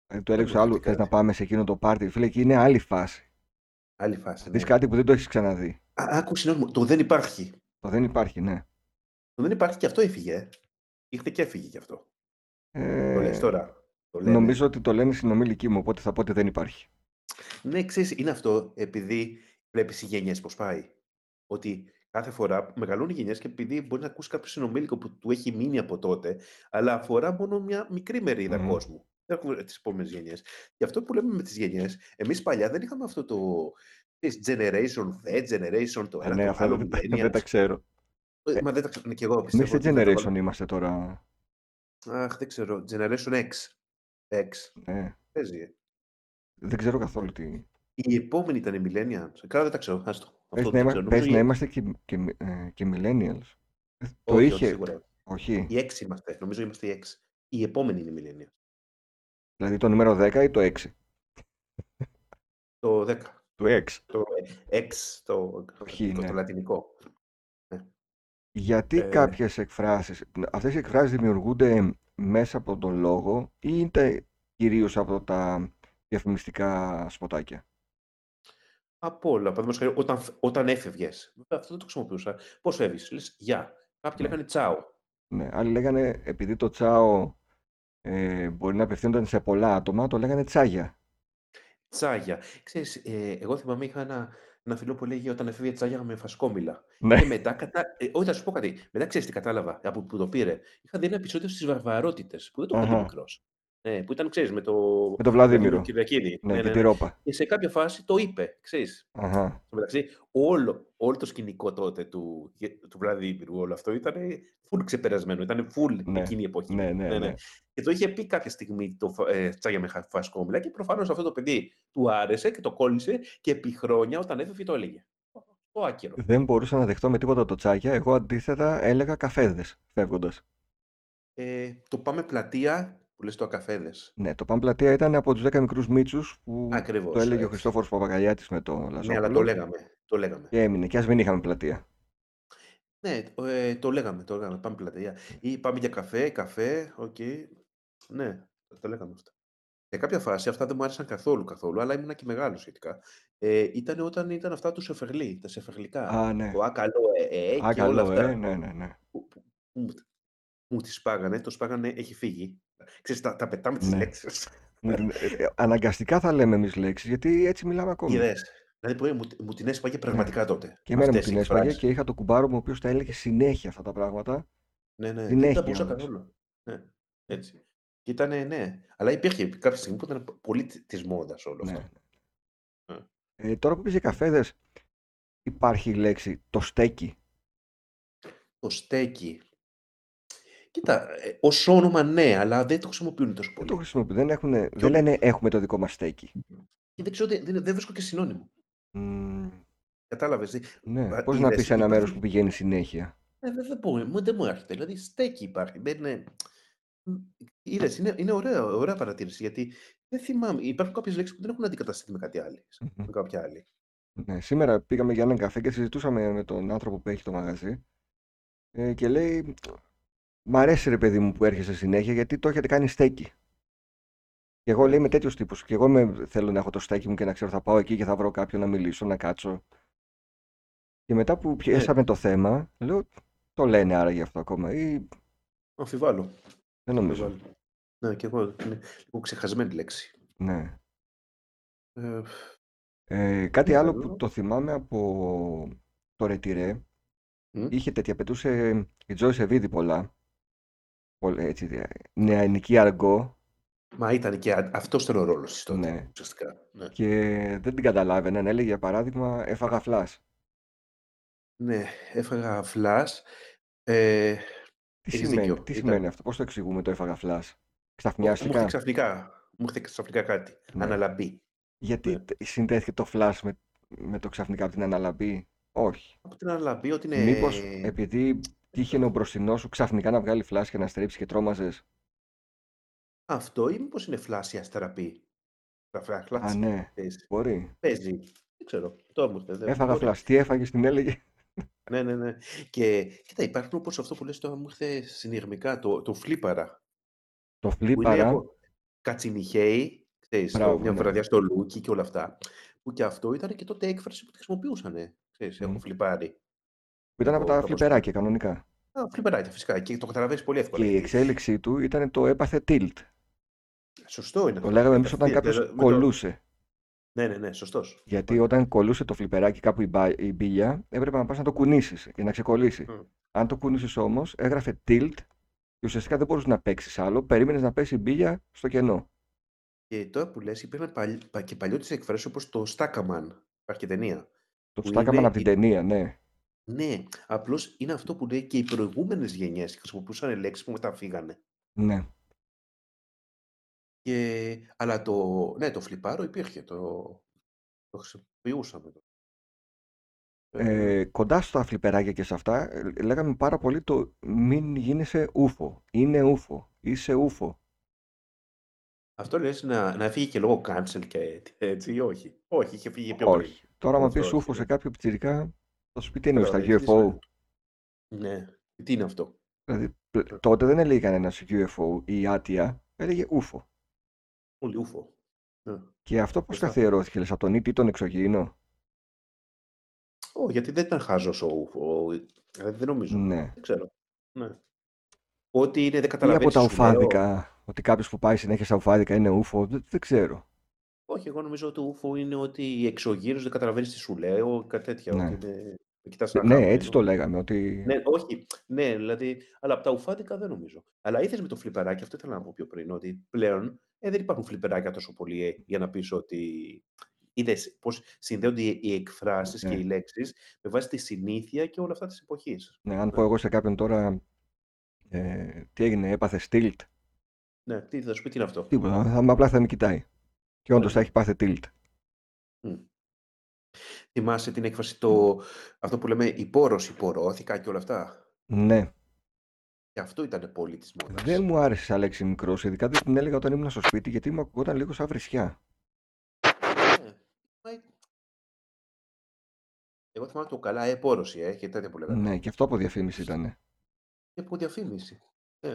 Speaker 1: Ε, του έλεγε
Speaker 2: Πολύ
Speaker 1: άλλου,
Speaker 2: θετικά.
Speaker 1: θες να πάμε σε εκείνο το πάρτι. Φίλε, εκεί είναι άλλη φάση.
Speaker 2: άλλη
Speaker 1: Θα
Speaker 2: φάση.
Speaker 1: δει
Speaker 2: Ναι.
Speaker 1: κάτι που δεν το έχεις ξαναδεί.
Speaker 2: Α, άκου συνώνυμο. Το δεν υπάρχει.
Speaker 1: Το δεν υπάρχει, ναι.
Speaker 2: Το δεν υπάρχει και αυτό έφυγε. ε. Ήρθε και έφυγε και αυτό. Το λες
Speaker 1: Ε,
Speaker 2: τώρα. Το λένε.
Speaker 1: νομίζω ότι το λένε συνομιλικοί μου, οπότε θα πω ότι δεν υπάρχει.
Speaker 2: Ναι, ξέρεις, είναι αυτό επειδή βλέπεις οι γενιέ πώς πάει. Ότι κάθε φορά μεγαλώνουν οι γενιές και επειδή μπορεί να ακούσει κάποιος συνομήλικο που του έχει μείνει από τότε, αλλά αφορά μόνο μια μικρή μερίδα
Speaker 1: Μμμ.
Speaker 2: κόσμου. Δεν έχουμε τις επόμενες γενιές. Γι' αυτό που λέμε με τις γενιές, εμείς παλιά δεν είχαμε αυτό το. ξέρεις, Generation Z, Generation το
Speaker 1: Α,
Speaker 2: ένα,
Speaker 1: ναι,
Speaker 2: το
Speaker 1: αυτά
Speaker 2: άλλο,
Speaker 1: δεν, τα- δεν τα
Speaker 2: Millennials.
Speaker 1: ξέρω.
Speaker 2: Ε, Μα δεν τα ξέρω και εγώ
Speaker 1: Εμείς
Speaker 2: πιστεύω
Speaker 1: τι
Speaker 2: ότι δεν τα
Speaker 1: generation
Speaker 2: βάλω.
Speaker 1: είμαστε τώρα.
Speaker 2: Αχ, δεν ξέρω. Generation X. X.
Speaker 1: Ναι.
Speaker 2: Παίζει. ε.
Speaker 1: Δεν ξέρω καθόλου τι.
Speaker 2: Η επόμενη ήταν η Millennials. Καλά, δεν τα ξέρω. Άστο.
Speaker 1: Πες
Speaker 2: Αυτό
Speaker 1: να,
Speaker 2: δεν
Speaker 1: είμα-
Speaker 2: ξέρω. Νομίζω
Speaker 1: Ε, ναι, πες να
Speaker 2: η-
Speaker 1: είμαστε και, και, ε, και millennials. Ε, Το
Speaker 2: Όχι, όχι,
Speaker 1: είχε.
Speaker 2: σίγουρα.
Speaker 1: Όχι.
Speaker 2: Οι έξι είμαστε. Νομίζω είμαστε οι έξι. Η επόμενη είναι η Μιλένια.
Speaker 1: Δηλαδή το νούμερο 10 ή το 6.
Speaker 2: Το 10.
Speaker 1: Το 6.
Speaker 2: Το 6, το, το,
Speaker 1: Χ,
Speaker 2: το,
Speaker 1: ναι.
Speaker 2: το λατινικό.
Speaker 1: Γιατί
Speaker 2: Ε.
Speaker 1: κάποιες εκφράσεις, αυτές οι εκφράσεις δημιουργούνται μέσα από τον λόγο ή είναι κυρίως από τα διαφημιστικά σποτάκια.
Speaker 2: Από όλα. Παραδείγματος χάρη, όταν, φ- όταν έφευγες. Αυτό δεν το χρησιμοποιούσα. Πώς φεύγεις, λες γεια. Κάποιοι
Speaker 1: Ναι.
Speaker 2: λέγανε τσάο.
Speaker 1: Ναι. Άλλοι λέγανε, επειδή το τσάο ε, μπορεί να απευθύνονταν σε πολλά άτομα, το λέγανε τσάγια.
Speaker 2: Τσάγια. Ξέρεις, ε, εγώ θυμάμαι είχα ένα, ένα φίλο που λέγε όταν έφευγε τσάγια με φασκόμηλα.
Speaker 1: Ναι. <laughs>
Speaker 2: Και μετά, κατα... ε, όχι, θα σου πω κάτι. Μετά ξέρεις τι κατάλαβα από που το πήρε. Είχα δει ένα επεισόδιο στις βαρβαρότητες που δεν το είχα δει
Speaker 1: Αχα.
Speaker 2: μικρός. Ναι, που ήταν, ξέρεις, με το.
Speaker 1: Με τον Βλαδίμηρο.
Speaker 2: Βλαδίμιο Κυριακίδη.
Speaker 1: Ναι,
Speaker 2: Ναι,
Speaker 1: και
Speaker 2: ναι,
Speaker 1: τη
Speaker 2: ναι.
Speaker 1: ρόπα.
Speaker 2: Και σε κάποια φάση το είπε, ξέρεις.
Speaker 1: Αχα.
Speaker 2: Στο μεταξύ, όλο, όλο το σκηνικό τότε του, γε- του Βλαδίμηρου, όλο αυτό ήταν full ξεπερασμένο. Ήταν full
Speaker 1: Ναι.
Speaker 2: εκείνη η εποχή.
Speaker 1: Ναι, ναι, ναι.
Speaker 2: Και το είχε πει κάποια στιγμή το φα- ε, Τσάγια με χα- φασκόμηλα και προφανώς αυτό το παιδί του άρεσε και το κόλλησε και επί χρόνια όταν έφευγε το έλεγε. Το άκυρο.
Speaker 1: Δεν μπορούσα να δεχτώ με τίποτα το τσάκια. Εγώ αντίθετα έλεγα καφέδες φεύγοντας.
Speaker 2: Ε, το πάμε πλατεία που λες το ακαφέδες.
Speaker 1: Ναι, το Παν Πλατεία ήταν από τους 10 μικρούς μίτσους που το
Speaker 2: Ακριβώς.
Speaker 1: έλεγε ο
Speaker 2: έτσι.
Speaker 1: Χριστόφορος Παπαγαλιάτης με το
Speaker 2: Ναι, αλλά το
Speaker 1: Λαζόπουλο
Speaker 2: λέγαμε. Το λέγαμε.
Speaker 1: και έμεινε. Και ας μην είχαμε πλατεία.
Speaker 2: Ναι, το- ε, το λέγαμε, το λέγαμε. Πάμε πλατεία. Ή πάμε για καφέ, καφέ, οκ. Ναι, τα λέγαμε αυτά. Σε κάποια φάση αυτά δεν μου άρεσαν καθόλου καθόλου, αλλά ήμουνα και μεγάλος σχετικά. Ε, ήταν όταν ήταν αυτά του Σεφερλί, τα Σεφερλικά.
Speaker 1: Α, ναι.
Speaker 2: Το Άκαλο ε, ε,
Speaker 1: Α,
Speaker 2: και όλα
Speaker 1: καλό, ε,
Speaker 2: αυτά
Speaker 1: ναι, ναι, ναι.
Speaker 2: που, που- που μου, μου τη σπάγανε, το σπάγανε, έχει φύγει. Ξέρεις, τα, τα πετάμε τις
Speaker 1: Ναι.
Speaker 2: λέξεις.
Speaker 1: Μου την- ε, ε, Αναγκαστικά θα λέμε εμείς λέξεις, γιατί έτσι μιλάμε ακόμη.
Speaker 2: Ιδέες. Δηλαδή μπορεί, μου, τη- μου την έσπαγε
Speaker 1: Ναι.
Speaker 2: πραγματικά τότε.
Speaker 1: Και εμένα μου
Speaker 2: Αυτές οι
Speaker 1: την έσπαγε
Speaker 2: εκφράσεις.
Speaker 1: και είχα τον κουμπάρο μου ο οποίος τα έλεγε συνέχεια αυτά τα πράγματα.
Speaker 2: Ναι, ναι,
Speaker 1: Την
Speaker 2: δεν
Speaker 1: έχει
Speaker 2: τα
Speaker 1: και
Speaker 2: μπορούσα
Speaker 1: κιόλας.
Speaker 2: καθόλου. Ναι, έτσι. Και ήταν, ναι. Αλλά υπήρχε κάποια στιγμή που ήταν πολύ της μόδας όλο
Speaker 1: Ναι.
Speaker 2: αυτό.
Speaker 1: Ε, τώρα που πήγε καφέδες, υπάρχει η λέξη το στέκι.
Speaker 2: Το στέκι. Κοίτα, ε, ως όνομα ναι, αλλά δεν το χρησιμοποιούν τόσο
Speaker 1: Δεν το
Speaker 2: πολύ.
Speaker 1: χρησιμοποιούν. Δεν, έχουνε-
Speaker 2: Και
Speaker 1: δεν
Speaker 2: ο-
Speaker 1: λένε έχουμε το δικό μας στέκι.
Speaker 2: και δεν ξέρω, δεν, δεν- δεν βρίσκω και συνώνυμο.
Speaker 1: Μμμ,
Speaker 2: Κατάλαβες. δη-
Speaker 1: ναι.
Speaker 2: α,
Speaker 1: Πώς να πεις
Speaker 2: είδες,
Speaker 1: σε ένα μέρος που
Speaker 2: υπάρχει...
Speaker 1: πηγαίνει συνέχεια.
Speaker 2: Ε, δεν, δεν, μπορεί, μου- δεν μου έρχεται. Δηλαδή, στέκει υπάρχει. Δεν είναι... Είδες, είναι, είναι ωραία, ωραία παρατήρηση, γιατί δεν θυμάμαι. Υπάρχουν κάποιες λέξεις που δεν έχουν αντικατασταθεί με κάτι άλλο.
Speaker 1: Μμμ.
Speaker 2: Με κάποια άλλη.
Speaker 1: Ναι, σήμερα πήγαμε για έναν καφέ και συζητούσαμε με τον άνθρωπο που έχει το μαγαζί ε, και λέει Μ' αρέσει ρε παιδί μου που έρχεσαι συνέχεια γιατί το έχετε κάνει στέκι. Και εγώ λέει είμαι τέτοιο τύπο. Και εγώ με, θέλω να έχω το στέκι μου και να ξέρω θα πάω εκεί και θα βρω κάποιον να μιλήσω, να κάτσω. Και μετά που
Speaker 2: Ναι,
Speaker 1: πιέσαμε το θέμα, λέω το λένε άραγε αυτό ακόμα ή
Speaker 2: αμφιβάλλω.
Speaker 1: δεν νομίζω.
Speaker 2: αμφιβάλλω. Ναι, και εγώ είναι λίγο ξεχασμένη λέξη.
Speaker 1: Ναι.
Speaker 2: Ε,
Speaker 1: Ε, κάτι
Speaker 2: κοίτα
Speaker 1: άλλο που
Speaker 2: εδώ.
Speaker 1: το θυμάμαι από το Ρετυρέ,
Speaker 2: Μμ.
Speaker 1: είχε τέτοια, πετούσε η Τζόι Σεβίδη πολλά. Πολύ, έτσι, ε, νεανική αργό,
Speaker 2: Μα ήταν και α- αυτός ήταν ο ρόλος της τότε,
Speaker 1: ναι.
Speaker 2: ουσιαστικά. Ναι.
Speaker 1: Και δεν την καταλάβαιναν. Έλεγε για παράδειγμα, έφαγα φλάς.
Speaker 2: Ναι, έφαγα φλάς. Ε,
Speaker 1: Τι
Speaker 2: έχεις
Speaker 1: σημαίνει,
Speaker 2: δίκιο.
Speaker 1: τι σημαίνει
Speaker 2: Ήταν.
Speaker 1: αυτό, πώς το εξηγούμε το έφαγα φλάς.
Speaker 2: Μου, μου ήρθε
Speaker 1: Ξαφνιάστηκα,
Speaker 2: ξαφνικά. Μου ήρθε ξαφνικά κάτι.
Speaker 1: ναι.
Speaker 2: Αναλαμπή.
Speaker 1: Γιατί
Speaker 2: Ναι.
Speaker 1: τ- συνδέθηκε το φλάς με, με το ξαφνικά από την αναλαμπή. Όχι.
Speaker 2: Από την αναλαμπή ότι είναι.
Speaker 1: Μήπως επειδή τύχαινε ο μπροστινός σου ξαφνικά να βγάλει φλάς και να στρίψει και τρόμαζες.
Speaker 2: Αυτό ή μήπως είναι φλάσια θεραπεία.
Speaker 1: Α,
Speaker 2: Φλάσια.
Speaker 1: ναι, μπορεί.
Speaker 2: Παίζει. Δεν ξέρω. Τώρα μου ήρθε. δεν-
Speaker 1: Έφαγα
Speaker 2: Μπορεί.
Speaker 1: φλάς. Τι έφαγες, την έλεγε.
Speaker 2: Ναι, ναι, ναι. Και κοίτα, υπάρχουν όπως αυτό που λες τώρα μου ήρθε συνειρμικά το, το φλίπαρα.
Speaker 1: Το
Speaker 2: που είναι
Speaker 1: φλίπαρα.
Speaker 2: από κατσιμιχαίοι, ξέρεις, στο,
Speaker 1: Μπράβο,
Speaker 2: μια
Speaker 1: ναι.
Speaker 2: βραδιά στο Λούκι και όλα αυτά, που και αυτό ήταν και τότε έκφραση που τη χρησιμοποιούσαν. Ξέρεις, έχω
Speaker 1: Μμμ.
Speaker 2: φλιπάρει,
Speaker 1: που ήταν από
Speaker 2: έχω
Speaker 1: τα
Speaker 2: κάπως...
Speaker 1: φλιπεράκια κανονικά.
Speaker 2: Α, φλιπεράκια φυσικά και το καταλαβαίνεις πολύ
Speaker 1: Και
Speaker 2: εύκολα
Speaker 1: η
Speaker 2: γιατί
Speaker 1: εξέλιξή του ήταν το έπαθε tilt.
Speaker 2: σωστό είναι
Speaker 1: Το
Speaker 2: αυτό.
Speaker 1: λέγαμε εμείς όταν
Speaker 2: Κατευθείαν,
Speaker 1: κάποιο
Speaker 2: δηλαδή, με το...
Speaker 1: κολούσε.
Speaker 2: Ναι, ναι, ναι, σωστός.
Speaker 1: Γιατί
Speaker 2: Μα,
Speaker 1: όταν κολούσε το φλιπεράκι κάπου η, μπα, η μπίλια, έπρεπε να πας να το κουνήσεις και να ξεκολλήσει.
Speaker 2: μ,
Speaker 1: Αν το κουνήσεις όμως, έγραφε tilt και ουσιαστικά δεν μπορούσε να παίξεις άλλο. Περίμενες να πέσει η μπίλια στο κενό.
Speaker 2: Και τώρα που λες, υπήρχαν παλι... πα- και παλιότερες εκφράσεις όπως το Στάκαμαν, υπάρχει και ταινία,
Speaker 1: Το
Speaker 2: που
Speaker 1: στάκαμαν
Speaker 2: είναι
Speaker 1: από την
Speaker 2: η-
Speaker 1: ταινία, ναι.
Speaker 2: Ναι, απλώς είναι αυτό που λέει και οι προηγούμενες γενιές χρησιμοποιούσαν λέξεις που μετά φύγανε.
Speaker 1: Ναι.
Speaker 2: Και... Αλλά το, ναι, το φλιπάρο υπήρχε, το, το χρησιμοποιούσαμε. Το. Ε,
Speaker 1: Ε, κοντά στα φλιπεράκια και σε αυτά, ε, λέγαμε πάρα πολύ το μην γίνεσαι ούφο. Είναι ούφο. Είσαι ούφο.
Speaker 2: αυτό λες να, να φύγει και λόγω cancel και έτσι, έτσι ή όχι. Όχι, είχε φύγει πιο πριν.
Speaker 1: Όχι. Τώρα, άμα
Speaker 2: Όχι,
Speaker 1: πεις
Speaker 2: όχι,
Speaker 1: ούφο
Speaker 2: ναι.
Speaker 1: σε κάποιο πιτσιρικά, θα σου πει τι εννοεί,
Speaker 2: Τώρα,
Speaker 1: τα
Speaker 2: ε,
Speaker 1: UFO.
Speaker 2: τι σημαίνει. Ναι, τι είναι αυτό.
Speaker 1: Δηλαδή,
Speaker 2: Ε,
Speaker 1: πλε- τότε δεν έλεγε κανένας UFO ή άτια, έλεγε ούφο.
Speaker 2: Πολύ ούφο. Ναι,
Speaker 1: Και αυτό πώς
Speaker 2: σωστά.
Speaker 1: καθιερώθηκε, λες, από τον ήτη τον εξωγήινο.
Speaker 2: Ω, γιατί δεν ήταν χάζος ο ούφο. ε, Δηλαδή δεν νομίζω.
Speaker 1: Ναι.
Speaker 2: Δεν ξέρω. Ναι. Ότι είναι δεν
Speaker 1: Ή από
Speaker 2: καταλαβαίνεις
Speaker 1: τα
Speaker 2: σου λέω.
Speaker 1: ουφάδικα, ότι κάποιος που πάει συνέχεια στα ουφάδικα είναι ούφο, δεν, δεν ξέρω.
Speaker 2: Όχι, εγώ νομίζω ότι ούφο είναι ότι η εξωγήινος δεν καταλαβαίνεις τι σου λέω, κάτι τέτοια, ότι
Speaker 1: Ναι.
Speaker 2: είναι... Με κοιτάς
Speaker 1: Ε,
Speaker 2: σαν
Speaker 1: Ναι,
Speaker 2: χάμο,
Speaker 1: έτσι
Speaker 2: ενώ
Speaker 1: το λέγαμε, ότι.
Speaker 2: Ναι, όχι. Ναι, δηλαδή, αλλά από τα ουφάδικα δεν νομίζω. Αλλά ήθελε με το φλιπεράκι, αυτό ήθελα να πω πιο πριν, ότι πλέον ε, δεν υπάρχουν φλιπεράκια τόσο πολύ ε, για να πεις ότι. Είδες πώς συνδέονται οι, οι εκφράσεις και οι
Speaker 1: Ναι.
Speaker 2: λέξεις με βάση τη συνήθεια και όλα αυτά της εποχής.
Speaker 1: ναι, αν
Speaker 2: Ναι.
Speaker 1: πω εγώ σε κάποιον τώρα, ε, τι έγινε, έπαθε tilt.
Speaker 2: ναι, τι θα σου πει, τι είναι αυτό.
Speaker 1: Τίποτα, θα, απλά θα με κοιτάει. Και όντως
Speaker 2: Ναι,
Speaker 1: θα
Speaker 2: ναι.
Speaker 1: έχει πάθει tilt.
Speaker 2: Μμ. Θυμάσαι την έκφραση, το, αυτό που λέμε υπόρος, υπόρώθηκα και όλα αυτά.
Speaker 1: Ναι.
Speaker 2: Και αυτό ήταν πολύ της μόδας.
Speaker 1: Δεν μου άρεσε σαν λέξη μικρός, ειδικά δεν την έλεγα όταν ήμουν στο σπίτι, γιατί μου ακουγόταν λίγο σαν βρισιά.
Speaker 2: Ναι. ε, Εγώ θυμάμαι το καλά επόρωση, ε, και τέτοια που λέγανε.
Speaker 1: Ναι, και αυτό από διαφήμιση ήταν.
Speaker 2: Και από διαφήμιση. Ε.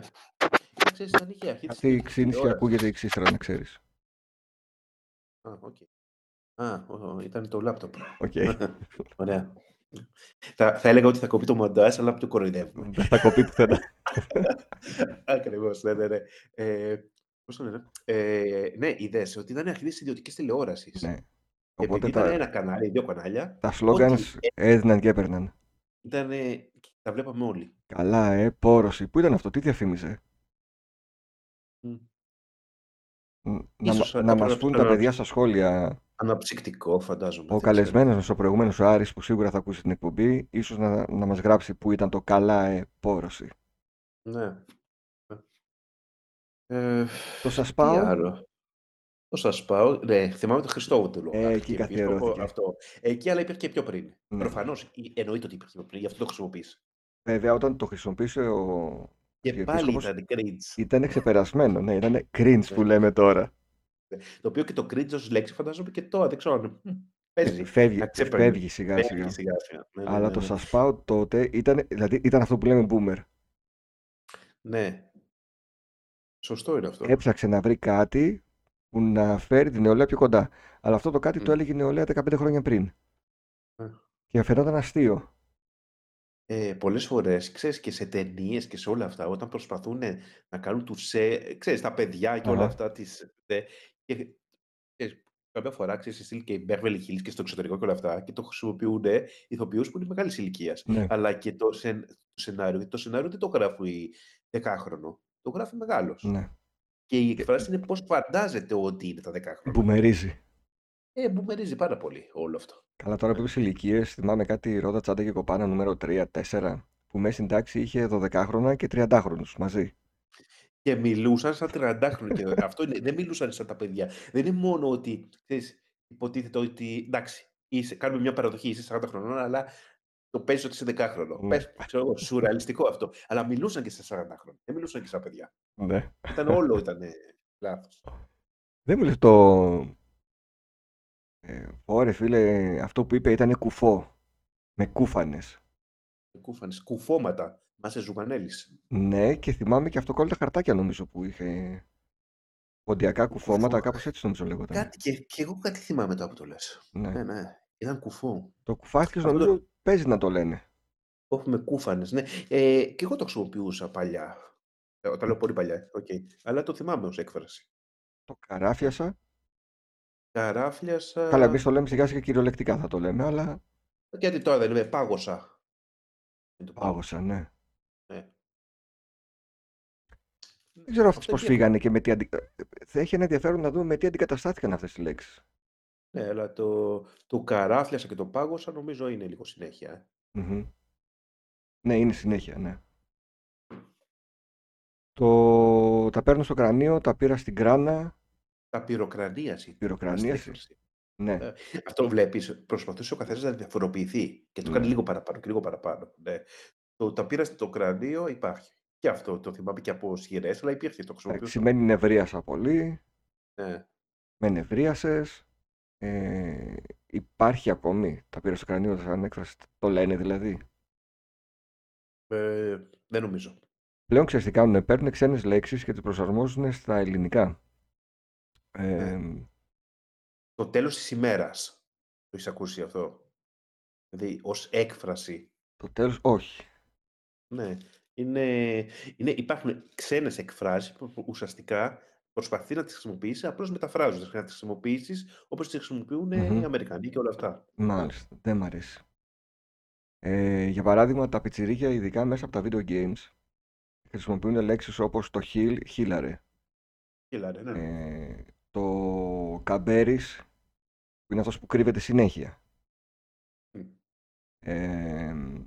Speaker 2: Και ξέρεις, ήταν είχε η αρχή της
Speaker 1: Αυτή η
Speaker 2: κινητής
Speaker 1: ξύνηση
Speaker 2: τηλεόρασης.
Speaker 1: ακούγεται εξίστρα, να ξέρεις.
Speaker 2: Α, οκ. Α, ο- ο- ήταν το λάπτοπ.
Speaker 1: <laughs> Οκ.
Speaker 2: <laughs> Ωραία. Θα, θα έλεγα ότι θα κοπεί το μοντάζ, αλλά
Speaker 1: <laughs>
Speaker 2: το κοροϊδεύουμε.
Speaker 1: Δεν θα κοπεί πουθενά.
Speaker 2: Ακριβώς, ναι, ναι, ναι. Ε, πώς το λένε, ε, ναι, είδες ότι ήταν η αρχής της ιδιωτικής τηλεόρασης.
Speaker 1: ναι.
Speaker 2: Και επειδή
Speaker 1: Οπότε
Speaker 2: ήταν
Speaker 1: τα,
Speaker 2: ένα κανάλι, δύο κανάλια,
Speaker 1: τα
Speaker 2: ό,τι
Speaker 1: slogans έδιναν και έπαιρναν.
Speaker 2: ήταν, ε, τα βλέπαμε όλοι.
Speaker 1: Καλά, ε, πόρωση. Πού ήταν αυτό, τι διαφήμιζε.
Speaker 2: Μ.
Speaker 1: Ν- Να, μα-
Speaker 2: Ίσως θα
Speaker 1: να
Speaker 2: θα πρέπει
Speaker 1: μας
Speaker 2: να το ε,
Speaker 1: πούν τα παιδιά
Speaker 2: ξαναρωτήσω.
Speaker 1: στα σχόλια.
Speaker 2: Αναψυκτικό, φαντάζομαι.
Speaker 1: Ο
Speaker 2: δεν ξέρω.
Speaker 1: καλεσμένο μας, ο προηγούμενο ο Άρης, που σίγουρα θα ακούσει την εκπομπή, ίσως να, να μας γράψει που ήταν το καλά ε, επόρωση.
Speaker 2: Ναι. Ε,
Speaker 1: Το σας
Speaker 2: τι
Speaker 1: πάω.
Speaker 2: άλλο. Το σας πάω. Ναι, θυμάμαι το Χριστόβουτελο.
Speaker 1: Ε,
Speaker 2: κάτι
Speaker 1: εκεί
Speaker 2: είχε πει,
Speaker 1: καθιερώθηκε.
Speaker 2: στο- Αυτό. Εκεί, αλλά υπήρχε και πιο πριν.
Speaker 1: Ναι.
Speaker 2: Προφανώς, ή- εννοείται ότι υπήρχε πιο πριν, γι' αυτό το χρησιμοποίησε.
Speaker 1: Βέβαια, όταν το χρησιμοποίησε ο.
Speaker 2: Και
Speaker 1: Και
Speaker 2: πάλι
Speaker 1: επίσκοπος-
Speaker 2: ήταν cringe.
Speaker 1: ήταν ξεπερασμένο, ναι, ήταν cringe που λέμε τώρα.
Speaker 2: Το οποίο και το cringe ως λέξη φαντάζομαι και τώρα, δεν ξέρω. μ, Παίζει.
Speaker 1: Φεύγει,
Speaker 2: τα ξέπαιρνε.
Speaker 1: φεύγει σιγά
Speaker 2: Φεύγει
Speaker 1: σιγά.
Speaker 2: σιγά σιγά. Ναι, ναι,
Speaker 1: Αλλά
Speaker 2: ναι,
Speaker 1: το
Speaker 2: ναι.
Speaker 1: σας πάω τότε ήταν, δηλαδή, ήταν αυτό που λέμε boomer.
Speaker 2: Ναι. Σωστό είναι αυτό.
Speaker 1: Έψαξε να βρει κάτι που να φέρει την νεολαία πιο κοντά. Αλλά αυτό το κάτι το
Speaker 2: Μμ.
Speaker 1: έλεγε η νεολαία 15 χρόνια πριν.
Speaker 2: Ε.
Speaker 1: Και φαινόταν αστείο.
Speaker 2: Ε, πολλές φορές, ξέρεις, και σε ταινίες και σε όλα αυτά, όταν προσπαθούν να κάνουν του σε, ξέρεις, τα παιδιά και όλα
Speaker 1: Αχα.
Speaker 2: αυτά τις, δε, και, ξέρεις, κάποια φορά, ξέρεις, η στυλ και η Beverly Hills και στο εξωτερικό και όλα αυτά και το χρησιμοποιούν ηθοποιούς που είναι μεγάλης ηλικίας.
Speaker 1: Ναι.
Speaker 2: Αλλά και το, σεν- το σενάριο, γιατί το σενάριο δεν το γράφει 10χρονο, το γράφει μεγάλος.
Speaker 1: ναι.
Speaker 2: Και η
Speaker 1: Και-
Speaker 2: εκφράση είναι πώς φαντάζεται ότι είναι τα 10χρονα.
Speaker 1: Μπουμερίζει.
Speaker 2: Ε, μπουμερίζει πάρα πολύ όλο αυτό.
Speaker 1: Καλά, τώρα που είπες ηλικίες, θυμάμαι κάτι ρότα τσάντα και κοπάνα νούμερο 3-4, που μέσα στην τάξη είχε 12χρονα και 30χρονου μαζί.
Speaker 2: Και μιλούσαν σαν 30χρονοι. Και αυτό είναι, δεν μιλούσαν σαν τα παιδιά. Δεν είναι μόνο ότι ξέρεις, υποτίθεται ότι εντάξει, είσαι, κάνουμε μια παραδοχή, είσαι 40 χρονών, αλλά το παίζει ότι είσαι 10χρονο.
Speaker 1: Ναι.
Speaker 2: Πες, ξέρω εγώ, σουρεαλιστικό αυτό. Αλλά μιλούσαν και σε 40 χρόνια. Δεν μιλούσαν και σαν παιδιά.
Speaker 1: Ναι.
Speaker 2: Ήταν όλο ήταν ε, λάθος.
Speaker 1: Δεν μου λες το. Ε, Ωρε φίλε, αυτό που είπε ήταν κουφό. Με κούφανες.
Speaker 2: Ε, Κούφανες, κουφώματα. Μα σε ζουγανέλη.
Speaker 1: Ναι, και θυμάμαι και αυτοκόλλητα χαρτάκια νομίζω που είχε.
Speaker 2: Ε,
Speaker 1: Ποντιακά κουφώματα,
Speaker 2: Κουφό.
Speaker 1: κάπως έτσι νομίζω λέγονταν.
Speaker 2: Κάτι, και, και, εγώ κάτι θυμάμαι τώρα που το λες.
Speaker 1: Ναι.
Speaker 2: Ναι, ναι. Ήταν κουφό.
Speaker 1: Το κουφάκι
Speaker 2: Αυτό το-
Speaker 1: νομίζω παίζει να το λένε.
Speaker 2: Έχουμε κούφανες, ναι. Ε, και εγώ το χρησιμοποιούσα παλιά. Ε, Όταν λέω πολύ παλιά, οκ. Αλλά το θυμάμαι ως έκφραση.
Speaker 1: Το καράφιασα.
Speaker 2: Καράφλιασα.
Speaker 1: Καλά, εμείς το λέμε σιγά σιγά κυριολεκτικά θα το λέμε, αλλά
Speaker 2: Γιατί τώρα δεν λέμε πάγωσα. Δεν το
Speaker 1: πάγωσα, ναι.
Speaker 2: Ναι.
Speaker 1: Δεν ξέρω αυτές
Speaker 2: Αυτό
Speaker 1: πώ
Speaker 2: εκεί έχουμε.
Speaker 1: φύγανε και με τι αντι... Θα έχει ένα ενδιαφέρον να δούμε με τι αντικαταστάθηκαν αυτές οι λέξεις.
Speaker 2: Ναι, αλλά το, το καράφλιασα και το πάγωσα νομίζω είναι λίγο συνέχεια. ε.
Speaker 1: Ναι, είναι συνέχεια, ναι. Το... Τα παίρνω στο κρανίο, τα πήρα στην κράνα.
Speaker 2: Τα πυροκρανίαση.
Speaker 1: Πυροκρανίαση. Ναι,
Speaker 2: Ε, Αυτό βλέπεις. Προσπαθούσε ο καθένας να διαφοροποιηθεί και το
Speaker 1: Ναι.
Speaker 2: κάνει λίγο παραπάνω και λίγο παραπάνω. Ναι. Το, τα πήρα στο κρανίο υπάρχει. Και αυτό το θυμάμαι και από σχηρέ, αλλά
Speaker 1: εντάξει,
Speaker 2: υπήρχε το χρησιμοποιούσα.
Speaker 1: Ε, σημαίνει νευρίασα πολύ,
Speaker 2: Ναι.
Speaker 1: με νευρίασες. Ε, υπάρχει ακόμη. Τα πήρα στο κρανίο, σαν έκφραση. Το λένε δηλαδή.
Speaker 2: Ε, δεν νομίζω.
Speaker 1: Πλέον ξέρεις τι κάνουν. Παίρνουν ξένες λέξεις και τις προσαρμόζουν στα ελληνικά. Ε,
Speaker 2: Το τέλος της ημέρας. Το έχεις ακούσει αυτό. Δηλαδή, ως έκφραση.
Speaker 1: το τέλος, όχι.
Speaker 2: Ναι. Είναι, είναι, υπάρχουν ξένες εκφράσεις που που ουσιαστικά προσπαθεί να τις χρησιμοποιήσει, απλώς μεταφράζοντας. Να τις χρησιμοποιήσεις όπως τις χρησιμοποιούν ε, οι
Speaker 1: Μμμ.
Speaker 2: Αμερικανοί και όλα αυτά.
Speaker 1: Μάλιστα, δεν μ' αρέσει. Ε, για παράδειγμα, τα πιτσιρίκια, ειδικά μέσα από τα video games, χρησιμοποιούν λέξεις όπως το χιλ, χίλαρε,
Speaker 2: Χίλαρε, ναι.
Speaker 1: ε, το καμπέρις, που είναι αυτός που κρύβεται συνέχεια,
Speaker 2: Μμ.
Speaker 1: ε,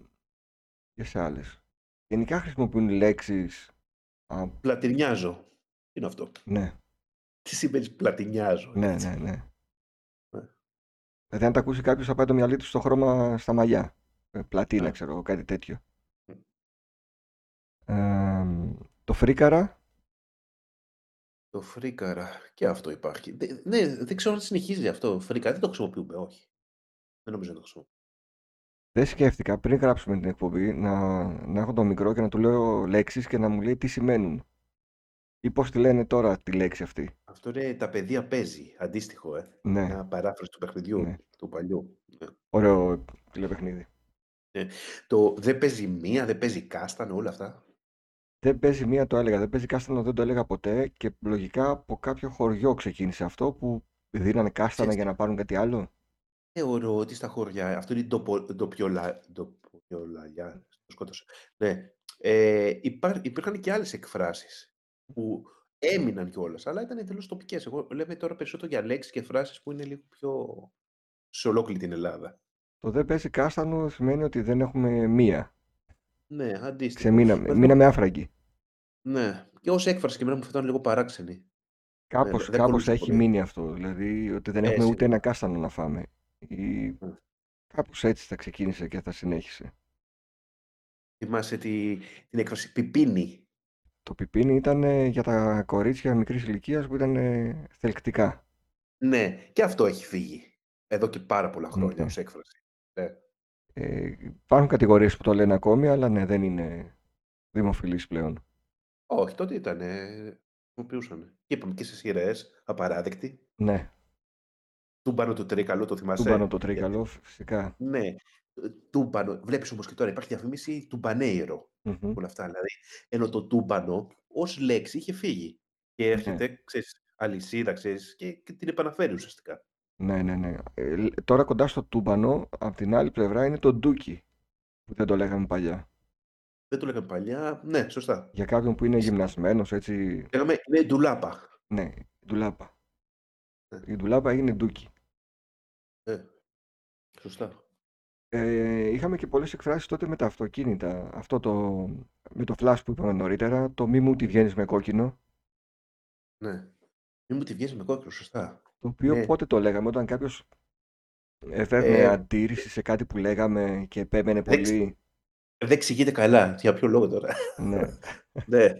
Speaker 1: και σε άλλες. Γενικά χρησιμοποιούν λέξεις, α,
Speaker 2: Πλατινιάζω. Τι είναι αυτό.
Speaker 1: ναι,
Speaker 2: Τι σημαίνει πλατινιάζω.
Speaker 1: ναι,
Speaker 2: έτσι.
Speaker 1: ναι, ναι.
Speaker 2: Ναι.
Speaker 1: Δηλαδή, αν τα ακούσει κάποιος, θα πάει το μυαλί του στο χρώμα στα μαλλιά. Ε, πλατίνα,
Speaker 2: Ναι.
Speaker 1: ξέρω, εγώ, κάτι τέτοιο.
Speaker 2: Μμ.
Speaker 1: Ε, το φρίκαρα,
Speaker 2: Το φρίκαρα. Και αυτό υπάρχει. Δε- ναι, δεν ξέρω αν συνεχίζει αυτό. Φρίκαρα. Δεν το χρησιμοποιούμε, όχι. Δεν νομίζω να το χρησιμοποιούμε.
Speaker 1: Δεν σκέφτηκα πριν γράψουμε την εκπομπή να, να έχω το μικρό και να του λέω λέξεις και να μου λέει τι σημαίνουν ή πώς τη λένε τώρα τη λέξη αυτή.
Speaker 2: Αυτό είναι τα παιδιά παίζει, αντίστοιχο, ε.
Speaker 1: Ναι,
Speaker 2: Μια παράφραση του παιχνιδιού,
Speaker 1: ναι.
Speaker 2: του παλιού. Ναι.
Speaker 1: Ωραίο τηλεπαιχνίδι.
Speaker 2: Το δεν παίζει μία, δεν παίζει κάστανο, όλα αυτά.
Speaker 1: Δεν παίζει μία το έλεγα, δεν παίζει κάστανο, δεν το έλεγα ποτέ και λογικά από κάποιο χωριό ξεκίνησε αυτό που δίνανε κάστανα
Speaker 2: Ξέρεις
Speaker 1: για
Speaker 2: τι,
Speaker 1: να πάρουν κάτι άλλο.
Speaker 2: θεωρώ ότι στα χωριά, αυτό είναι η ντοπο- ντοπιολα- ντοπιολαλιά, το σκότωσε. Ναι. Ε, υπά- υπήρχαν και άλλες εκφράσεις που Έμειναν κιόλας, αλλά ήταν εντελώς τοπικές. Εγώ λέμε τώρα περισσότερο για λέξεις και φράσεις που είναι λίγο πιο σε ολόκληρη την Ελλάδα.
Speaker 1: Το δεν πέσει κάστανο σημαίνει ότι δεν έχουμε μία.
Speaker 2: Ναι, αντίστοιχο.
Speaker 1: Ξεμείναμε.
Speaker 2: Εμένα-
Speaker 1: Μείναμε άφραγοι.
Speaker 2: Ναι. Και ως έκφραση και εμένα μου φαινόταν λίγο παράξενη.
Speaker 1: Κάπως
Speaker 2: δεν κολλούσε
Speaker 1: έχει
Speaker 2: πολύ.
Speaker 1: μείνει αυτό. Δηλαδή ότι δεν έχουμε
Speaker 2: Ε,
Speaker 1: ούτε ένα κάστανο να φάμε. Ή...
Speaker 2: Μμ.
Speaker 1: Κάπως έτσι θα ξεκίνησε και θα συνέχισε.
Speaker 2: Θυμάσαι τη, την έκφραση πιπίνη.
Speaker 1: Το πιπίνι ήταν ε, για τα κορίτσια μικρής ηλικίας που ήταν ε, θελκτικά.
Speaker 2: Ναι, και αυτό έχει φύγει. Εδώ και πάρα πολλά
Speaker 1: Ναι.
Speaker 2: χρόνια ως έκφραση. Ναι.
Speaker 1: Ε, υπάρχουν κατηγορίες που το λένε ακόμη, αλλά ναι, δεν είναι δημοφιλής πλέον.
Speaker 2: Όχι, τότε ήταν. Χρησιμοποιούσαν. Και είπαμε και σε σειρές, απαράδεκτη.
Speaker 1: Ναι,
Speaker 2: Τούμπανο το τρίκαλο, το θυμάσαι.
Speaker 1: τούμπανο το
Speaker 2: Γιατί-
Speaker 1: τρίκαλο, φυσικά.
Speaker 2: Ναι, ε, τούμπανο. Βλέπεις όμως και τώρα υπάρχει διαφήμιση τουμπανέιρο.
Speaker 1: Μμμ.
Speaker 2: Όλα αυτά. Δηλαδή, ενώ το τούμπανο ως λέξη είχε φύγει. Και έρχεται, ξέρεις, αλυσίδα, ξέρεις, και, και την επαναφέρει ουσιαστικά.
Speaker 1: Ναι, ναι, ναι. Ε, λ- τώρα κοντά στο τούμπανο, απ' την άλλη πλευρά είναι το ντούκι, που δεν το λέγαμε παλιά.
Speaker 2: Δεν το λέγαμε παλιά. Ναι, σωστά.
Speaker 1: Για κάποιον που είναι γυμνασμένος, έτσι,
Speaker 2: Λέγαμε είναι ντουλάπα.
Speaker 1: ναι, ντουλάπα.
Speaker 2: Ναι.
Speaker 1: Η ντουλάπα έγινε ντούκι.
Speaker 2: Ε, σωστά.
Speaker 1: Ε, είχαμε και πολλές εκφράσεις τότε με τα αυτοκίνητα. Αυτό το, με το flash που είπαμε νωρίτερα, το μη μου τη βγαίνεις με κόκκινο,
Speaker 2: Ναι. Μην μου τη βγαίνεις με κόκκινο, σωστά.
Speaker 1: το οποίο
Speaker 2: Ναι.
Speaker 1: πότε το λέγαμε, όταν κάποιος έφερνε
Speaker 2: Ε, Ναι.
Speaker 1: αντίρρηση σε κάτι που λέγαμε και επέμενε
Speaker 2: Δεν ξε-
Speaker 1: πολύ.
Speaker 2: Δεν εξηγείται καλά. Για ποιο
Speaker 1: <laughs>
Speaker 2: λόγο τώρα.
Speaker 1: Ναι.
Speaker 2: ναι.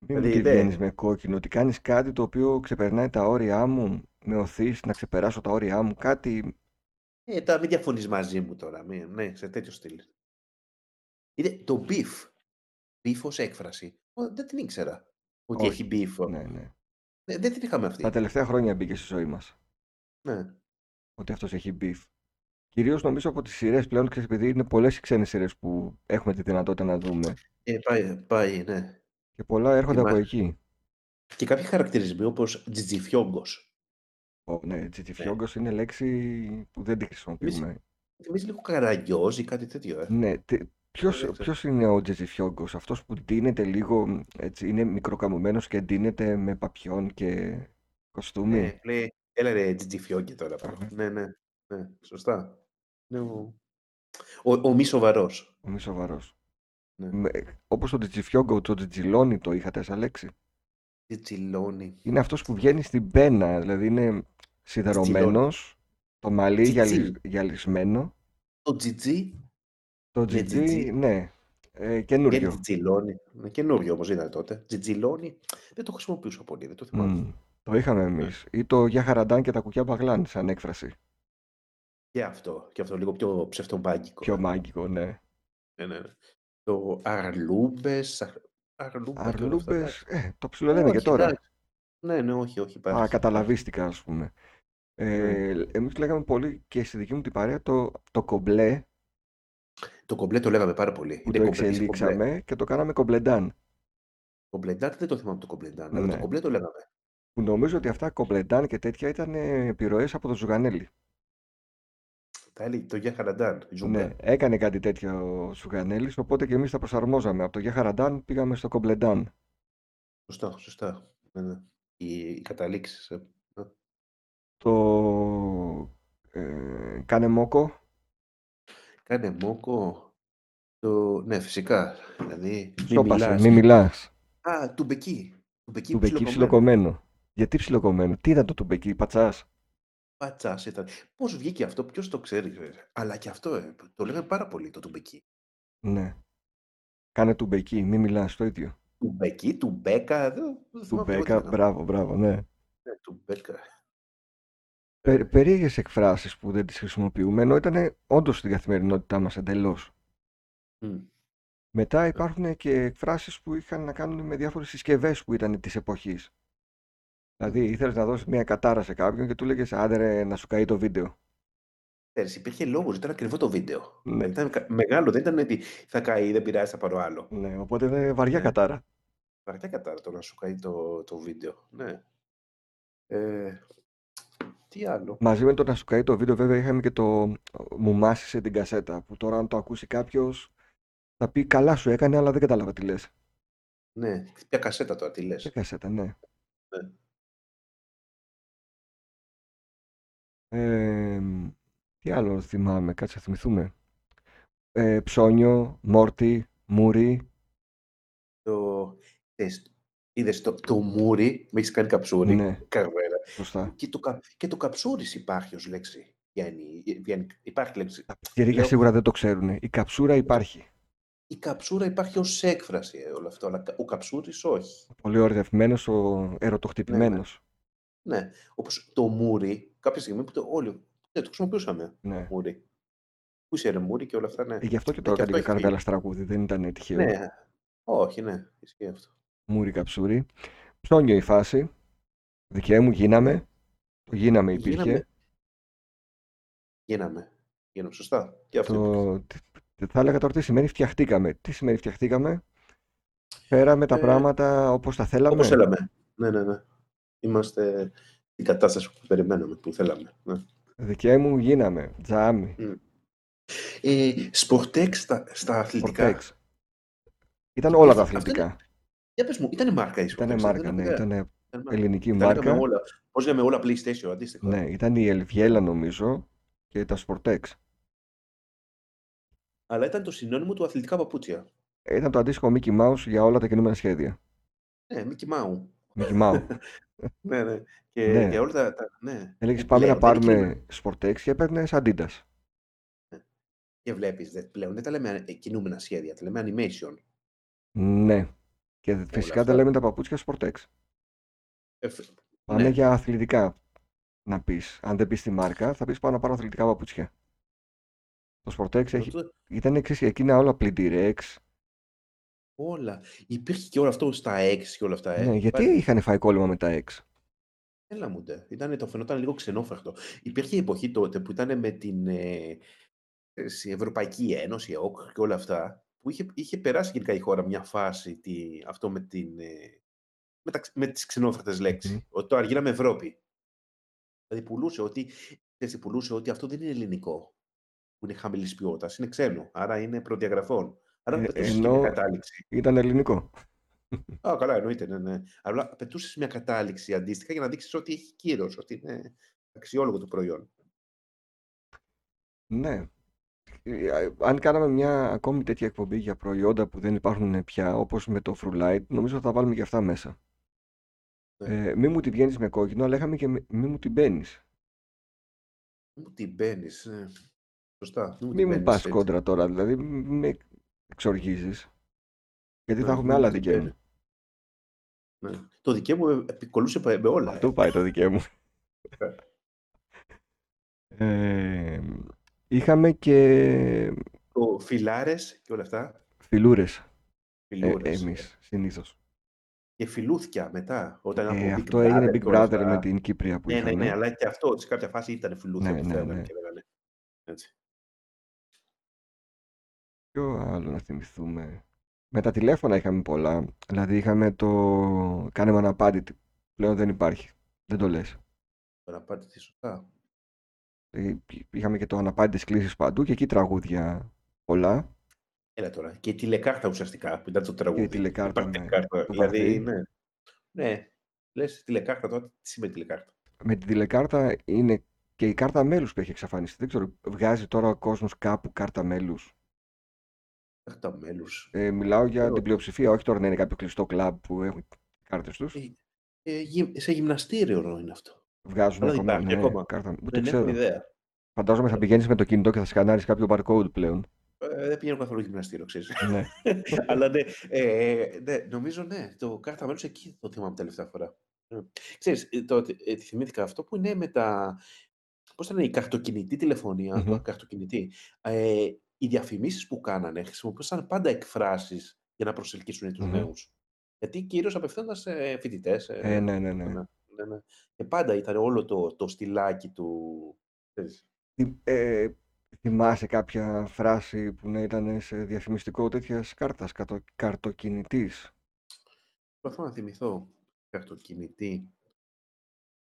Speaker 1: Μη μου
Speaker 2: Δηλαδή,
Speaker 1: τη
Speaker 2: ναι.
Speaker 1: βγαίνεις με κόκκινο, ότι κάνεις κάτι το οποίο ξεπερνάει τα όρια μου, με οθείς να ξεπεράσω τα όρια μου, κάτι.
Speaker 2: Ε, τα μην διαφωνείς μαζί μου τώρα. Μη, ναι, σε τέτοιο στυλ. Είναι το beef. Beef ως έκφραση. Ω, δεν την ήξερα ότι
Speaker 1: Όχι.
Speaker 2: έχει beef.
Speaker 1: Ναι, ναι.
Speaker 2: Ε, δεν την είχαμε αυτή.
Speaker 1: Τα τελευταία χρόνια μπήκε στη ζωή μας
Speaker 2: Ναι.
Speaker 1: ότι αυτός έχει beef. Κυρίως νομίζω από τις σειρές πλέον, ξέρεις, επειδή είναι πολλές οι ξένες σειρές που έχουμε τη δυνατότητα να δούμε
Speaker 2: Ε, πάει, πάει, ναι.
Speaker 1: και πολλά έρχονται από
Speaker 2: Θυμά-
Speaker 1: εκεί.
Speaker 2: Και κάποιοι χαρακτηρισμοί όπως τζιτζιφιόγκος.
Speaker 1: Ο, ναι, τσιτσιφιόγκο είναι λέξη που δεν τη χρησιμοποιούμε.
Speaker 2: Θυμίζει λίγο καραγκιόζ ή κάτι τέτοιο. Ε.
Speaker 1: Ναι, τε- ποιος,
Speaker 2: Δεν ξέρω.
Speaker 1: ποιος είναι ο Τζετζιφιόγκος, αυτός που ντύνεται λίγο, μ, έτσι, είναι μικροκαμωμένος και ντύνεται με παπιόν και
Speaker 2: Ναι,
Speaker 1: κοστούμι.
Speaker 2: λέει, έλα ρε τζιτζιφιόγκη τώρα. πάνω.
Speaker 1: Αχα.
Speaker 2: Ναι, ναι, ναι, σωστά. Ναι, ο, ο, ο μη σοβαρός.
Speaker 1: Μη σοβαρός.
Speaker 2: Ναι.
Speaker 1: Με, όπως το Τζιτζιφιόγκο, το Τζιτζιλόνι το είχατε σαν λέξη.
Speaker 2: Τζιτζιλόνι.
Speaker 1: Είναι αυτός που βγαίνει στην πένα, δηλαδή είναι σιδερωμένος, το μαλλί
Speaker 2: Τζιτζί.
Speaker 1: γυαλι- γυαλισμένο,
Speaker 2: Το τζιτζί
Speaker 1: το
Speaker 2: Ναι,
Speaker 1: τζιτζί,
Speaker 2: τζιτζί.
Speaker 1: ναι, ε,
Speaker 2: Δεν
Speaker 1: καινούριο.
Speaker 2: τζιτζιλώνει. Ναι, Καινούριο όμω ήταν τότε. Τζιτζιλώνει. Δεν το χρησιμοποιούσα πολύ, δεν το θυμάμαι.
Speaker 1: Μμ, το
Speaker 2: Ναι.
Speaker 1: είχαμε εμείς. Ή το για χαραντάν και τα κουκιά μπαγλάν σαν έκφραση.
Speaker 2: Και αυτό. Και αυτό λίγο πιο ψευτομπάγκικο.
Speaker 1: Πιο
Speaker 2: ε.
Speaker 1: μάγκικο, ναι.
Speaker 2: Ναι, ναι, ναι. Το αρλούμπες. Αρλούμπα και όλα αυτά.
Speaker 1: Αρλούμπες,
Speaker 2: εντάξει.
Speaker 1: ε, το ψιλολέμε και
Speaker 2: Όχι,
Speaker 1: τώρα.
Speaker 2: εντάξει. Ναι, ναι, όχι, όχι.
Speaker 1: Α,
Speaker 2: Υπάρχει. υπάρχει.
Speaker 1: καταλαβίστηκα, ας πούμε.
Speaker 2: Ναι.
Speaker 1: Ε, εμείς λέγαμε πολύ και στη δική μου την παρέα το, το κομπλέ
Speaker 2: Το κομπλέ το λέγαμε πάρα πολύ.
Speaker 1: που το
Speaker 2: Είναι κομπλέ. Είσαι κομπλέ.
Speaker 1: εξελίξαμε και το κάναμε κομπλεντάν.
Speaker 2: Κομπλεντάν δεν το θυμάμαι το κομπλεντάν, αλλά το
Speaker 1: Ναι.
Speaker 2: κομπλέ το λέγαμε.
Speaker 1: Που νομίζω ότι αυτά κομπλεντάν και τέτοια ήταν ε, επιρροές από το Ζουγανέλη.
Speaker 2: Τα άλλη, το Γεια Χαραντάν, η
Speaker 1: Ναι,
Speaker 2: ζούγκα.
Speaker 1: έκανε κάτι τέτοιο ο Ζουγανέλης, οπότε και εμείς τα προσαρμόζαμε. Από το Γεια Χαραντάν πήγαμε στο κομπλεντάν.
Speaker 2: Σωστά, σωστά. Ναι, ναι. Οι, οι καταλήξεις. Ναι.
Speaker 1: Το ε, κάνε μόκο,
Speaker 2: Κάνε μόκο. Το... Ναι, φυσικά. Δηλαδή, μη
Speaker 1: σώπασε,
Speaker 2: μιλάς.
Speaker 1: μη μιλάς.
Speaker 2: Α, τουμπεκί. Τουμπεκί
Speaker 1: Τουμπεκί
Speaker 2: ψιλοκομμένο.
Speaker 1: ψιλοκομμένο. Γιατί ψιλοκομμένο, τι ήταν το τουμπεκί, πατσάς.
Speaker 2: Πατσάς ήταν. Πώς βγήκε αυτό, ποιος το ξέρει. βέβαια. Αλλά και αυτό ε, το λέγανε πάρα πολύ το τουμπεκί.
Speaker 1: Ναι. Κάνε τουμπεκί, μη μιλάς, το ίδιο.
Speaker 2: Τουμπεκί, τουμπέκα. Δεν δεν
Speaker 1: Του
Speaker 2: θυμάμαι και εγώ τι
Speaker 1: Μπέκα,
Speaker 2: λέγαμε.
Speaker 1: μπράβο, μπράβο, ναι.
Speaker 2: Ναι, Τουμπέκα.
Speaker 1: Πε, Περίεργες εκφράσεις που δεν τις χρησιμοποιούμε, ενώ ήταν όντως στην καθημερινότητά μας εντελώς.
Speaker 2: Μμ.
Speaker 1: Μετά υπάρχουν και εκφράσεις που είχαν να κάνουν με διάφορες συσκευές που ήταν της εποχής. Δηλαδή, ήθελες να δώσεις μια κατάρα σε κάποιον και του λέγες άντε ρε, να σου καεί το βίντεο.
Speaker 2: Ξέρεις, υπήρχε λόγος, ήταν ακριβό το βίντεο.
Speaker 1: Ναι,
Speaker 2: Ήταν κα- μεγάλο, δεν ήταν ότι θα καεί, δεν πειράζει, θα πάρω άλλο.
Speaker 1: ναι οπότε είναι βαριά
Speaker 2: Ναι.
Speaker 1: κατάρα.
Speaker 2: Βαριά κατάρα το να σου καεί το, το βίντεο. Ναι. Ε, τι άλλο.
Speaker 1: Μαζί με το να σου καεί το βίντεο, βέβαια, είχαμε και το μου μάσησε την κασέτα. Που τώρα, αν το ακούσει κάποιος, θα πει καλά σου έκανε, αλλά δεν κατάλαβα τι λες.
Speaker 2: Ναι, πια κασέτα τώρα, τι
Speaker 1: Και
Speaker 2: λες.
Speaker 1: κασέτα, ναι.
Speaker 2: Ναι.
Speaker 1: Ε, τι άλλο θυμάμαι, κάτσε να θυμηθούμε. Ε, ψώνιο, μόρτι, μουρι,
Speaker 2: Το... Είδες, είδες το, το μουρι, με έχεις κάνει καψούρι.
Speaker 1: ναι,
Speaker 2: Καρβέλα.
Speaker 1: σωστά.
Speaker 2: Και το, κα, και το καψούρις υπάρχει ως λέξη. Γιάννη, Ε, Γιάννη, υπάρχει λέξη.
Speaker 1: Τα πιτσιρίκια
Speaker 2: Λέω,
Speaker 1: σίγουρα δεν το ξέρουν. Η καψούρα υπάρχει.
Speaker 2: η καψούρα υπάρχει ως έκφραση ε, όλο αυτό, αλλά κα- ο καψούρης όχι.
Speaker 1: Ο πολύ ορδευμένος, ο
Speaker 2: Ναι, ναι.
Speaker 1: ερωτοχτυπημένος.
Speaker 2: Ναι. Όπως το μουρι, κάποια στιγμή που το όλοι, ναι, το χρησιμοποιούσαμε,
Speaker 1: Ναι.
Speaker 2: μουρι. Πού είσαι ρε μουρι και όλα αυτά, ναι.
Speaker 1: Ε, γι' αυτό και
Speaker 2: Ναι,
Speaker 1: το
Speaker 2: και
Speaker 1: έκανε και ο
Speaker 2: αυτό έχει φύγει.
Speaker 1: Καρβέλας τραγούδι, δεν ήταν τυχαίο.
Speaker 2: Ναι, όχι, ναι, ισχύει αυτό.
Speaker 1: Μουρι καψούρι. Ψώνιο η φάση. Δικαί μου,
Speaker 2: Ναι.
Speaker 1: γίναμε. Το γίναμε
Speaker 2: Γίναμε,
Speaker 1: υπήρχε.
Speaker 2: γίναμε, γίναμε, σωστά. Και αυτό υπήρχε.
Speaker 1: Το... τι- τι- Θα έλεγα τώρα τι σημαίνει φτιαχτήκαμε. Τι σημαίνει φτιαχτήκαμε. Φέραμε τα
Speaker 2: Ε,
Speaker 1: πράγματα όπως τα
Speaker 2: όπως
Speaker 1: θέλαμε.
Speaker 2: θέλαμε. Ναι, ναι, ναι. Είμαστε στην κατάσταση που περιμέναμε, που θέλαμε. Ναι.
Speaker 1: Δικαί μου, γίναμε. Τζάμι.
Speaker 2: Μμ. Ε, σπορτέξ στα, στα αθλητικά.
Speaker 1: Σπορτέξ. Ήταν όλα
Speaker 2: Αυτή,
Speaker 1: τα
Speaker 2: αυτό είναι,
Speaker 1: αθλητικά.
Speaker 2: για πες μου, ήταν μάρκα η
Speaker 1: Ήταν
Speaker 2: Sportex, δεν
Speaker 1: μάρκα, ναι.
Speaker 2: έλεγα.
Speaker 1: Ήταν
Speaker 2: Ήταν μάρκα.
Speaker 1: ελληνική
Speaker 2: Τα λέγαμε
Speaker 1: μάρκα.
Speaker 2: όλα. Πώς λέμε όλα PlayStation, αντίστοιχο, ε.
Speaker 1: Ναι, ήταν η Ελβιέλα νομίζω και τα Σπορτέξ.
Speaker 2: Αλλά ήταν το συνώνυμο του αθλητικά παπούτσια.
Speaker 1: Ήταν το αντίστοιχο Mickey Mouse για όλα τα κινούμενα σχέδια.
Speaker 2: Ναι, Mickey Mouse.
Speaker 1: Mickey Mouse.
Speaker 2: <laughs> Ναι, ναι. Και
Speaker 1: Ναι.
Speaker 2: για όλα τα. τα- ναι.
Speaker 1: Έλεγες
Speaker 2: Δεν
Speaker 1: πάμε να
Speaker 2: πλέον, δεν είναι κινούμενα.
Speaker 1: πάρουμε Sportex και έπαιρνες αντίτα.
Speaker 2: Και βλέπεις πλέον. Δεν τα λέμε ε, κινούμενα σχέδια, τα λέμε animation.
Speaker 1: Ναι. Και
Speaker 2: Όλα
Speaker 1: φυσικά δεν
Speaker 2: αυτά.
Speaker 1: λέμε τα παπούτσια Sportex.
Speaker 2: Ε, φ-
Speaker 1: Πάμε
Speaker 2: ναι.
Speaker 1: για αθλητικά να πεις. Αν δεν πεις τη μάρκα, θα πεις πάω να πάρω αθλητικά παπούτσια. Το Sportex έχει...
Speaker 2: Ρωτώ-
Speaker 1: ήταν εξή. Εκείνα όλα πλυντηρέx.
Speaker 2: όλα. Υπήρχε και όλο αυτό στα X και όλα αυτά,
Speaker 1: Ναι,
Speaker 2: ε.
Speaker 1: γιατί
Speaker 2: Υπάρχει.
Speaker 1: είχαν φάει κόλλημα με τα X.
Speaker 2: Έλα μου ντε. Ήτανε, το φαινόταν λίγο ξενόφερτο. Υπήρχε η εποχή τότε που ήταν με την ε, ε, σε Ευρωπαϊκή Ένωση, ΕΟΚ και όλα αυτά, που είχε, είχε περάσει γενικά η χώρα μια φάση τη, αυτό με, την, ε, με, τα, ξε- με τις ξενόφερτες
Speaker 1: Μμμ.
Speaker 2: λέξεις. Ότι το αργύραμε Ευρώπη. Δηλαδή πουλούσε ότι, ξέρεις τι, πουλούσε ότι αυτό δεν είναι ελληνικό, που είναι χαμηλής ποιότητας, είναι ξένο, άρα είναι προδιαγραφών.
Speaker 1: Ε,
Speaker 2: Άρα πετούσε και μια
Speaker 1: ενώ
Speaker 2: κατάληξη.
Speaker 1: ήταν ελληνικό.
Speaker 2: Α, καλά, εννοείται, ναι, ναι. Αλλά πετούσες μια κατάληξη αντίστοιχα για να δείξεις ότι έχει κύρος, ότι είναι αξιόλογο το προϊόν.
Speaker 1: Ναι. Ε, α- Αν κάναμε μια ακόμη τέτοια εκπομπή για προϊόντα που δεν υπάρχουν πια, όπως με το Frulight, νομίζω θα βάλουμε και αυτά μέσα.
Speaker 2: Ναι.
Speaker 1: Ε, μη μου την βγαίνεις με κόκκινο, αλλά είχαμε και μη, μη μου την μπαίνει.
Speaker 2: Μου την μπαίνει. Ναι. Σωστά, μου
Speaker 1: Μη
Speaker 2: την
Speaker 1: μου
Speaker 2: μπαίνει
Speaker 1: πας
Speaker 2: έτσι.
Speaker 1: κόντρα τώρα, δηλαδή, μη με εξοργίζεις. Γιατί θα
Speaker 2: Ναι,
Speaker 1: έχουμε
Speaker 2: μη μου
Speaker 1: άλλα
Speaker 2: την
Speaker 1: δικαί
Speaker 2: μπαίνει.
Speaker 1: μου.
Speaker 2: Ναι. Το δικαίωμα μου επικολούσε με με όλα,
Speaker 1: Παντού
Speaker 2: ε.
Speaker 1: πάει το δικαί μου. Ε, είχαμε και
Speaker 2: Το φιλάρες και όλα αυτά.
Speaker 1: φιλούρες ε,
Speaker 2: Φιλούρες.
Speaker 1: εμείς συνήθως.
Speaker 2: Και φιλούθια μετά, όταν
Speaker 1: Ε,
Speaker 2: από Big
Speaker 1: αυτό έγινε
Speaker 2: Brother
Speaker 1: Big
Speaker 2: και όλα
Speaker 1: Brother με
Speaker 2: αυτά.
Speaker 1: την Κύπρια που
Speaker 2: Ναι, ναι, ναι,
Speaker 1: είχαμε.
Speaker 2: αλλά και αυτό σε κάποια φάση ήταν φιλούθια
Speaker 1: Ναι,
Speaker 2: που
Speaker 1: ναι,
Speaker 2: θέλανε
Speaker 1: ναι.
Speaker 2: και λέγανε. Έτσι.
Speaker 1: Ποιο άλλο να θυμηθούμε. Με τα τηλέφωνα είχαμε πολλά. Δηλαδή είχαμε το κάνε με αναπάντητη. Πλέον δεν υπάρχει. Δεν το λες.
Speaker 2: Τώρα πάτε τη σωστά.
Speaker 1: Ε, Είχαμε και το αναπάντητες κλήσεις παντού και εκεί τραγούδια πολλά.
Speaker 2: Έλα τώρα. Και η τηλεκάρτα ουσιαστικά που ήταν το
Speaker 1: Και η
Speaker 2: τραγούδι. Δεν
Speaker 1: τηλεκάρτα
Speaker 2: υπάρχει
Speaker 1: με
Speaker 2: τηλεκάρτα.
Speaker 1: το
Speaker 2: Δηλαδή,
Speaker 1: χαρτί.
Speaker 2: ναι. Ναι. Λες τηλεκάρτα τώρα, τι σημαίνει τηλεκάρτα.
Speaker 1: Με την τηλεκάρτα είναι και η κάρτα μέλους που έχει εξαφανιστεί. Δεν ξέρω, βγάζει τώρα ο κόσμος κάπου κάρτα μέλους.
Speaker 2: Κάρτα μέλους.
Speaker 1: Ε, μιλάω για την
Speaker 2: Ξέρω.
Speaker 1: πλειοψηφία, όχι τώρα να είναι κάποιο κλειστό κλαμπ που έχουν κάρτες τους.
Speaker 2: Ε, ε, γι- σε γυμναστήριο είναι αυτό.
Speaker 1: Βγάζουν
Speaker 2: Αλλά δεν
Speaker 1: ακόμα,
Speaker 2: υπάρχει
Speaker 1: ναι,
Speaker 2: ακόμα.
Speaker 1: κάρτα. Ούτε
Speaker 2: Δεν έχω
Speaker 1: ξέρω.
Speaker 2: ιδέα.
Speaker 1: Φαντάζομαι θα πηγαίνεις με το κινητό και θα σκανάρεις κάποιο barcode πλέον.
Speaker 2: Ε, δεν πηγαίνω καθόλου γυμναστήριο, ξέρεις.
Speaker 1: Ναι.
Speaker 2: <laughs> Αλλά ναι, ε, ναι, νομίζω ναι, το κάρτα μέλους εκεί το θυμάμαι τελευταία φορά. Ε, Ξέρεις, ε, το, ε, θυμήθηκα αυτό που είναι με τα, πώς ήταν η καρτοκινητή τηλεφωνία,
Speaker 1: Μμμ.
Speaker 2: καρτοκινητή, ε, οι διαφημίσεις που κάνανε χρησιμοποιούσαν πάντα εκφράσεις για να προσελκύσουν τους
Speaker 1: Μμμ.
Speaker 2: νέους. Γιατί κυρίως απευθύνονταν σε φοιτητές.
Speaker 1: Ε,
Speaker 2: Ε,
Speaker 1: ναι, ναι, ναι.
Speaker 2: ναι, ναι, ναι. Και πάντα ήταν όλο το, το στυλάκι του... ξέρεις.
Speaker 1: Θυ- Ε, θυμάσαι κάποια φράση που να ήταν σε διαφημιστικό τέτοιας κάρτας, κατο, καρτοκινητής.
Speaker 2: Προσπαθώ να θυμηθώ καρτοκινητή.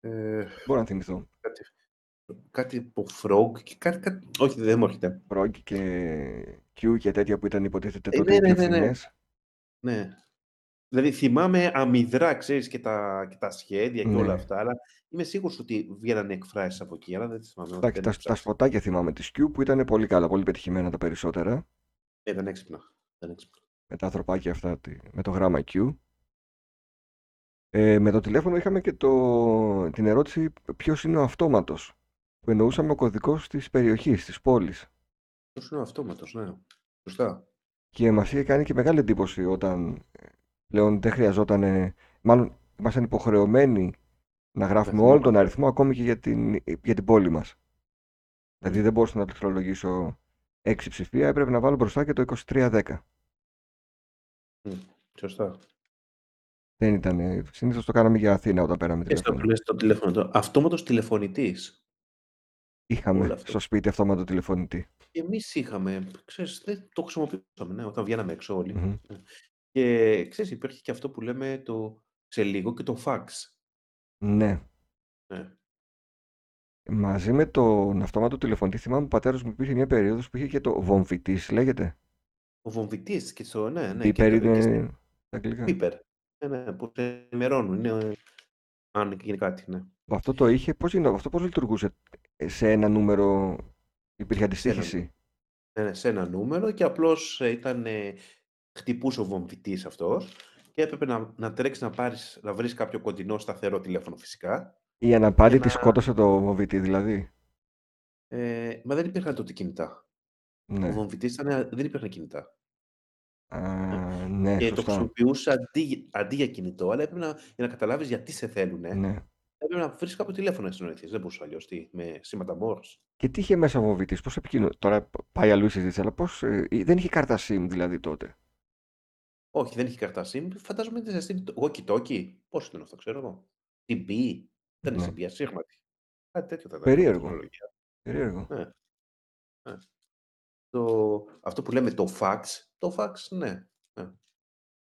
Speaker 2: Ε,
Speaker 1: Μπορώ να θυμηθώ.
Speaker 2: κάτι, κάτι από frog και κάτι, κάτι- Όχι, δεν μου έρχεται.
Speaker 1: Frog και Q και τέτοια που ήταν υποτίθεται
Speaker 2: Ε,
Speaker 1: τότε
Speaker 2: ναι,
Speaker 1: οι
Speaker 2: ναι,
Speaker 1: πιο
Speaker 2: ναι, ναι.
Speaker 1: φθηνέ.
Speaker 2: ναι. Δηλαδή θυμάμαι αμυδρά, ξέρεις, και τα, και τα σχέδια και όλα
Speaker 1: Ναι.
Speaker 2: αυτά, αλλά είμαι σίγουρος ότι βγαίνανε εκφράσεις από εκεί, αλλά δεν τις θυμάμαι,
Speaker 1: Εντάξει,
Speaker 2: δεν
Speaker 1: τα,
Speaker 2: έχω
Speaker 1: τα
Speaker 2: ψάξει.
Speaker 1: σποτάκια θυμάμαι της Q που ήταν πολύ καλά, πολύ πετυχημένα τα περισσότερα.
Speaker 2: Ε, δεν έξυπνα. Δεν έξυπνα.
Speaker 1: Με τα ανθρωπάκια αυτά, τη- με το γράμμα Q. Ε, με το τηλέφωνο είχαμε και το, την ερώτηση ποιος είναι ο αυτόματος. Που εννοούσαμε ο κωδικός της περιοχής, της πόλης.
Speaker 2: Αυτός είναι ο αυτόματος, ναι. Σωστά.
Speaker 1: Και μας είχε κάνει και μεγάλη εντύπωση όταν ε, πλέον δεν χρειαζόταν. ε, Μάλλον ήμασταν υποχρεωμένοι να
Speaker 2: Να
Speaker 1: γράφουμε όλο τον
Speaker 2: θυμόμαστε.
Speaker 1: αριθμό ακόμη και για την, για την πόλη μας. Δηλαδή
Speaker 2: Μμ.
Speaker 1: δεν μπορούσα να πληκτρολογήσω 6 ψηφία, έπρεπε να βάλω μπροστά και το 2310.
Speaker 2: Μμ. Σωστά.
Speaker 1: Δεν ήταν. Συνήθως το κάναμε για Αθήνα όταν πέραμε
Speaker 2: Και στο
Speaker 1: τηλέφωνο.
Speaker 2: που λες το τηλέφωνο, το αυτόματος τηλεφωνητής, όλο
Speaker 1: Είχαμε
Speaker 2: αυτό.
Speaker 1: στο σπίτι αυτόματο τηλεφωνητή.
Speaker 2: Και εμείς είχαμε, ξέρεις, δεν το χρησιμοποιούσαμε, ναι, όταν βγαίναμε έξω όλοι.
Speaker 1: Μμμ.
Speaker 2: Και ξέρεις, υπήρχε και αυτό που λέμε το σε λίγο και το fax.
Speaker 1: Ναι.
Speaker 2: Ναι.
Speaker 1: Μαζί με τον αυτόματο τηλεφωνητή, θυμάμαι ο πατέρας μου υπήρχε μια περίοδος που είχε και το βομβητή, λέγεται.
Speaker 2: Ο βομβητής και στο, ναι, ναι,
Speaker 1: Τι
Speaker 2: και, το, και
Speaker 1: είναι
Speaker 2: στην
Speaker 1: τα αγγλικά.
Speaker 2: Viber. Ναι, ναι, που σε ενημερώνουν, είναι, ε, αν γίνει κάτι, ναι.
Speaker 1: Αυτό το είχε, πώς γινόταν, αυτό πώς λειτουργούσε. Ε, Σε ένα νούμερο υπήρχε
Speaker 2: Σε ένα,
Speaker 1: αντιστοίχηση.
Speaker 2: ναι, ναι, σε ένα νούμερο και απλώς ε, ήταν, ε, χτυπούσε ο βομβητής αυτός και έπρεπε να, να τρέξει να, πάρεις, να βρεις κάποιο κοντινό σταθερό τηλέφωνο φυσικά
Speaker 1: Η
Speaker 2: και
Speaker 1: αναπάντητη
Speaker 2: να...
Speaker 1: σκότωσε το βομβητή, δηλαδή.
Speaker 2: Ε, μα δεν υπήρχαν τότε κινητά. Ο
Speaker 1: Ναι.
Speaker 2: βομβητής ήταν, ε, δεν υπήρχαν κινητά.
Speaker 1: Α,
Speaker 2: Ναι.
Speaker 1: ναι,
Speaker 2: και το
Speaker 1: σωστά.
Speaker 2: χρησιμοποιούσε αντί, γι- αντί για κινητό, αλλά έπρεπε να, για να καταλάβεις γιατί σε θέλουν.
Speaker 1: Ναι.
Speaker 2: Έπρεπε να βρεις κάποιο τηλέφωνο να συνοηθεί. Δεν μπορούσε αλλιώς. Τι, με σήματα Morse.
Speaker 1: Και τι είχε μέσα ο βομβητής, πώς επικοινωνούσε. Τώρα πάει αλλού η συζήτηση, αλλά πώς. δεν είχε κάρτα SIM δηλαδή τότε.
Speaker 2: Όχι, δεν είχε καρτά SIM. Φαντάζομαι ότι ήταν SIM. Walkie-talkie. Πώς ήταν αυτό, ξέρω εγώ. TB. Δεν
Speaker 1: Ναι.
Speaker 2: είναι CB, ασύρματη. Κάτι τέτοιο θα ήταν η
Speaker 1: Περίεργο.
Speaker 2: τεχνολογία.
Speaker 1: Περίεργο.
Speaker 2: Ναι, ναι. Το, αυτό που λέμε το fax. Το fax, ναι. ναι.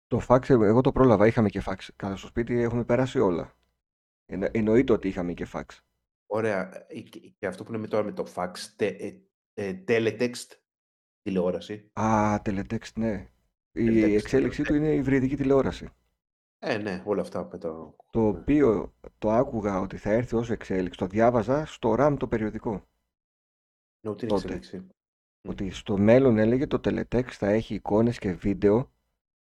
Speaker 1: Το φάξ, ε, εγώ το πρόλαβα. Είχαμε και φάξ. Καλά, στο σπίτι έχουμε περάσει όλα. Ενο, εννοείται ότι είχαμε και φάξ.
Speaker 2: Ωραία. ε, Και, και αυτό που λέμε τώρα με το fax. Τε, ε, ε, teletext. Τηλεόραση.
Speaker 1: Α, τελετέξ, ναι. Η
Speaker 2: Teletext.
Speaker 1: εξέλιξή του είναι η υβριδική τηλεόραση.
Speaker 2: Ε, ναι, όλα αυτά με το.
Speaker 1: Το
Speaker 2: ναι.
Speaker 1: οποίο το άκουγα ότι θα έρθει ως εξέλιξη. Το διάβαζα στο RAM το περιοδικό
Speaker 2: Ενώ την
Speaker 1: τότε.
Speaker 2: εξέλιξη. Μμ.
Speaker 1: Ότι στο μέλλον έλεγε το τελετέξ θα έχει εικόνες και βίντεο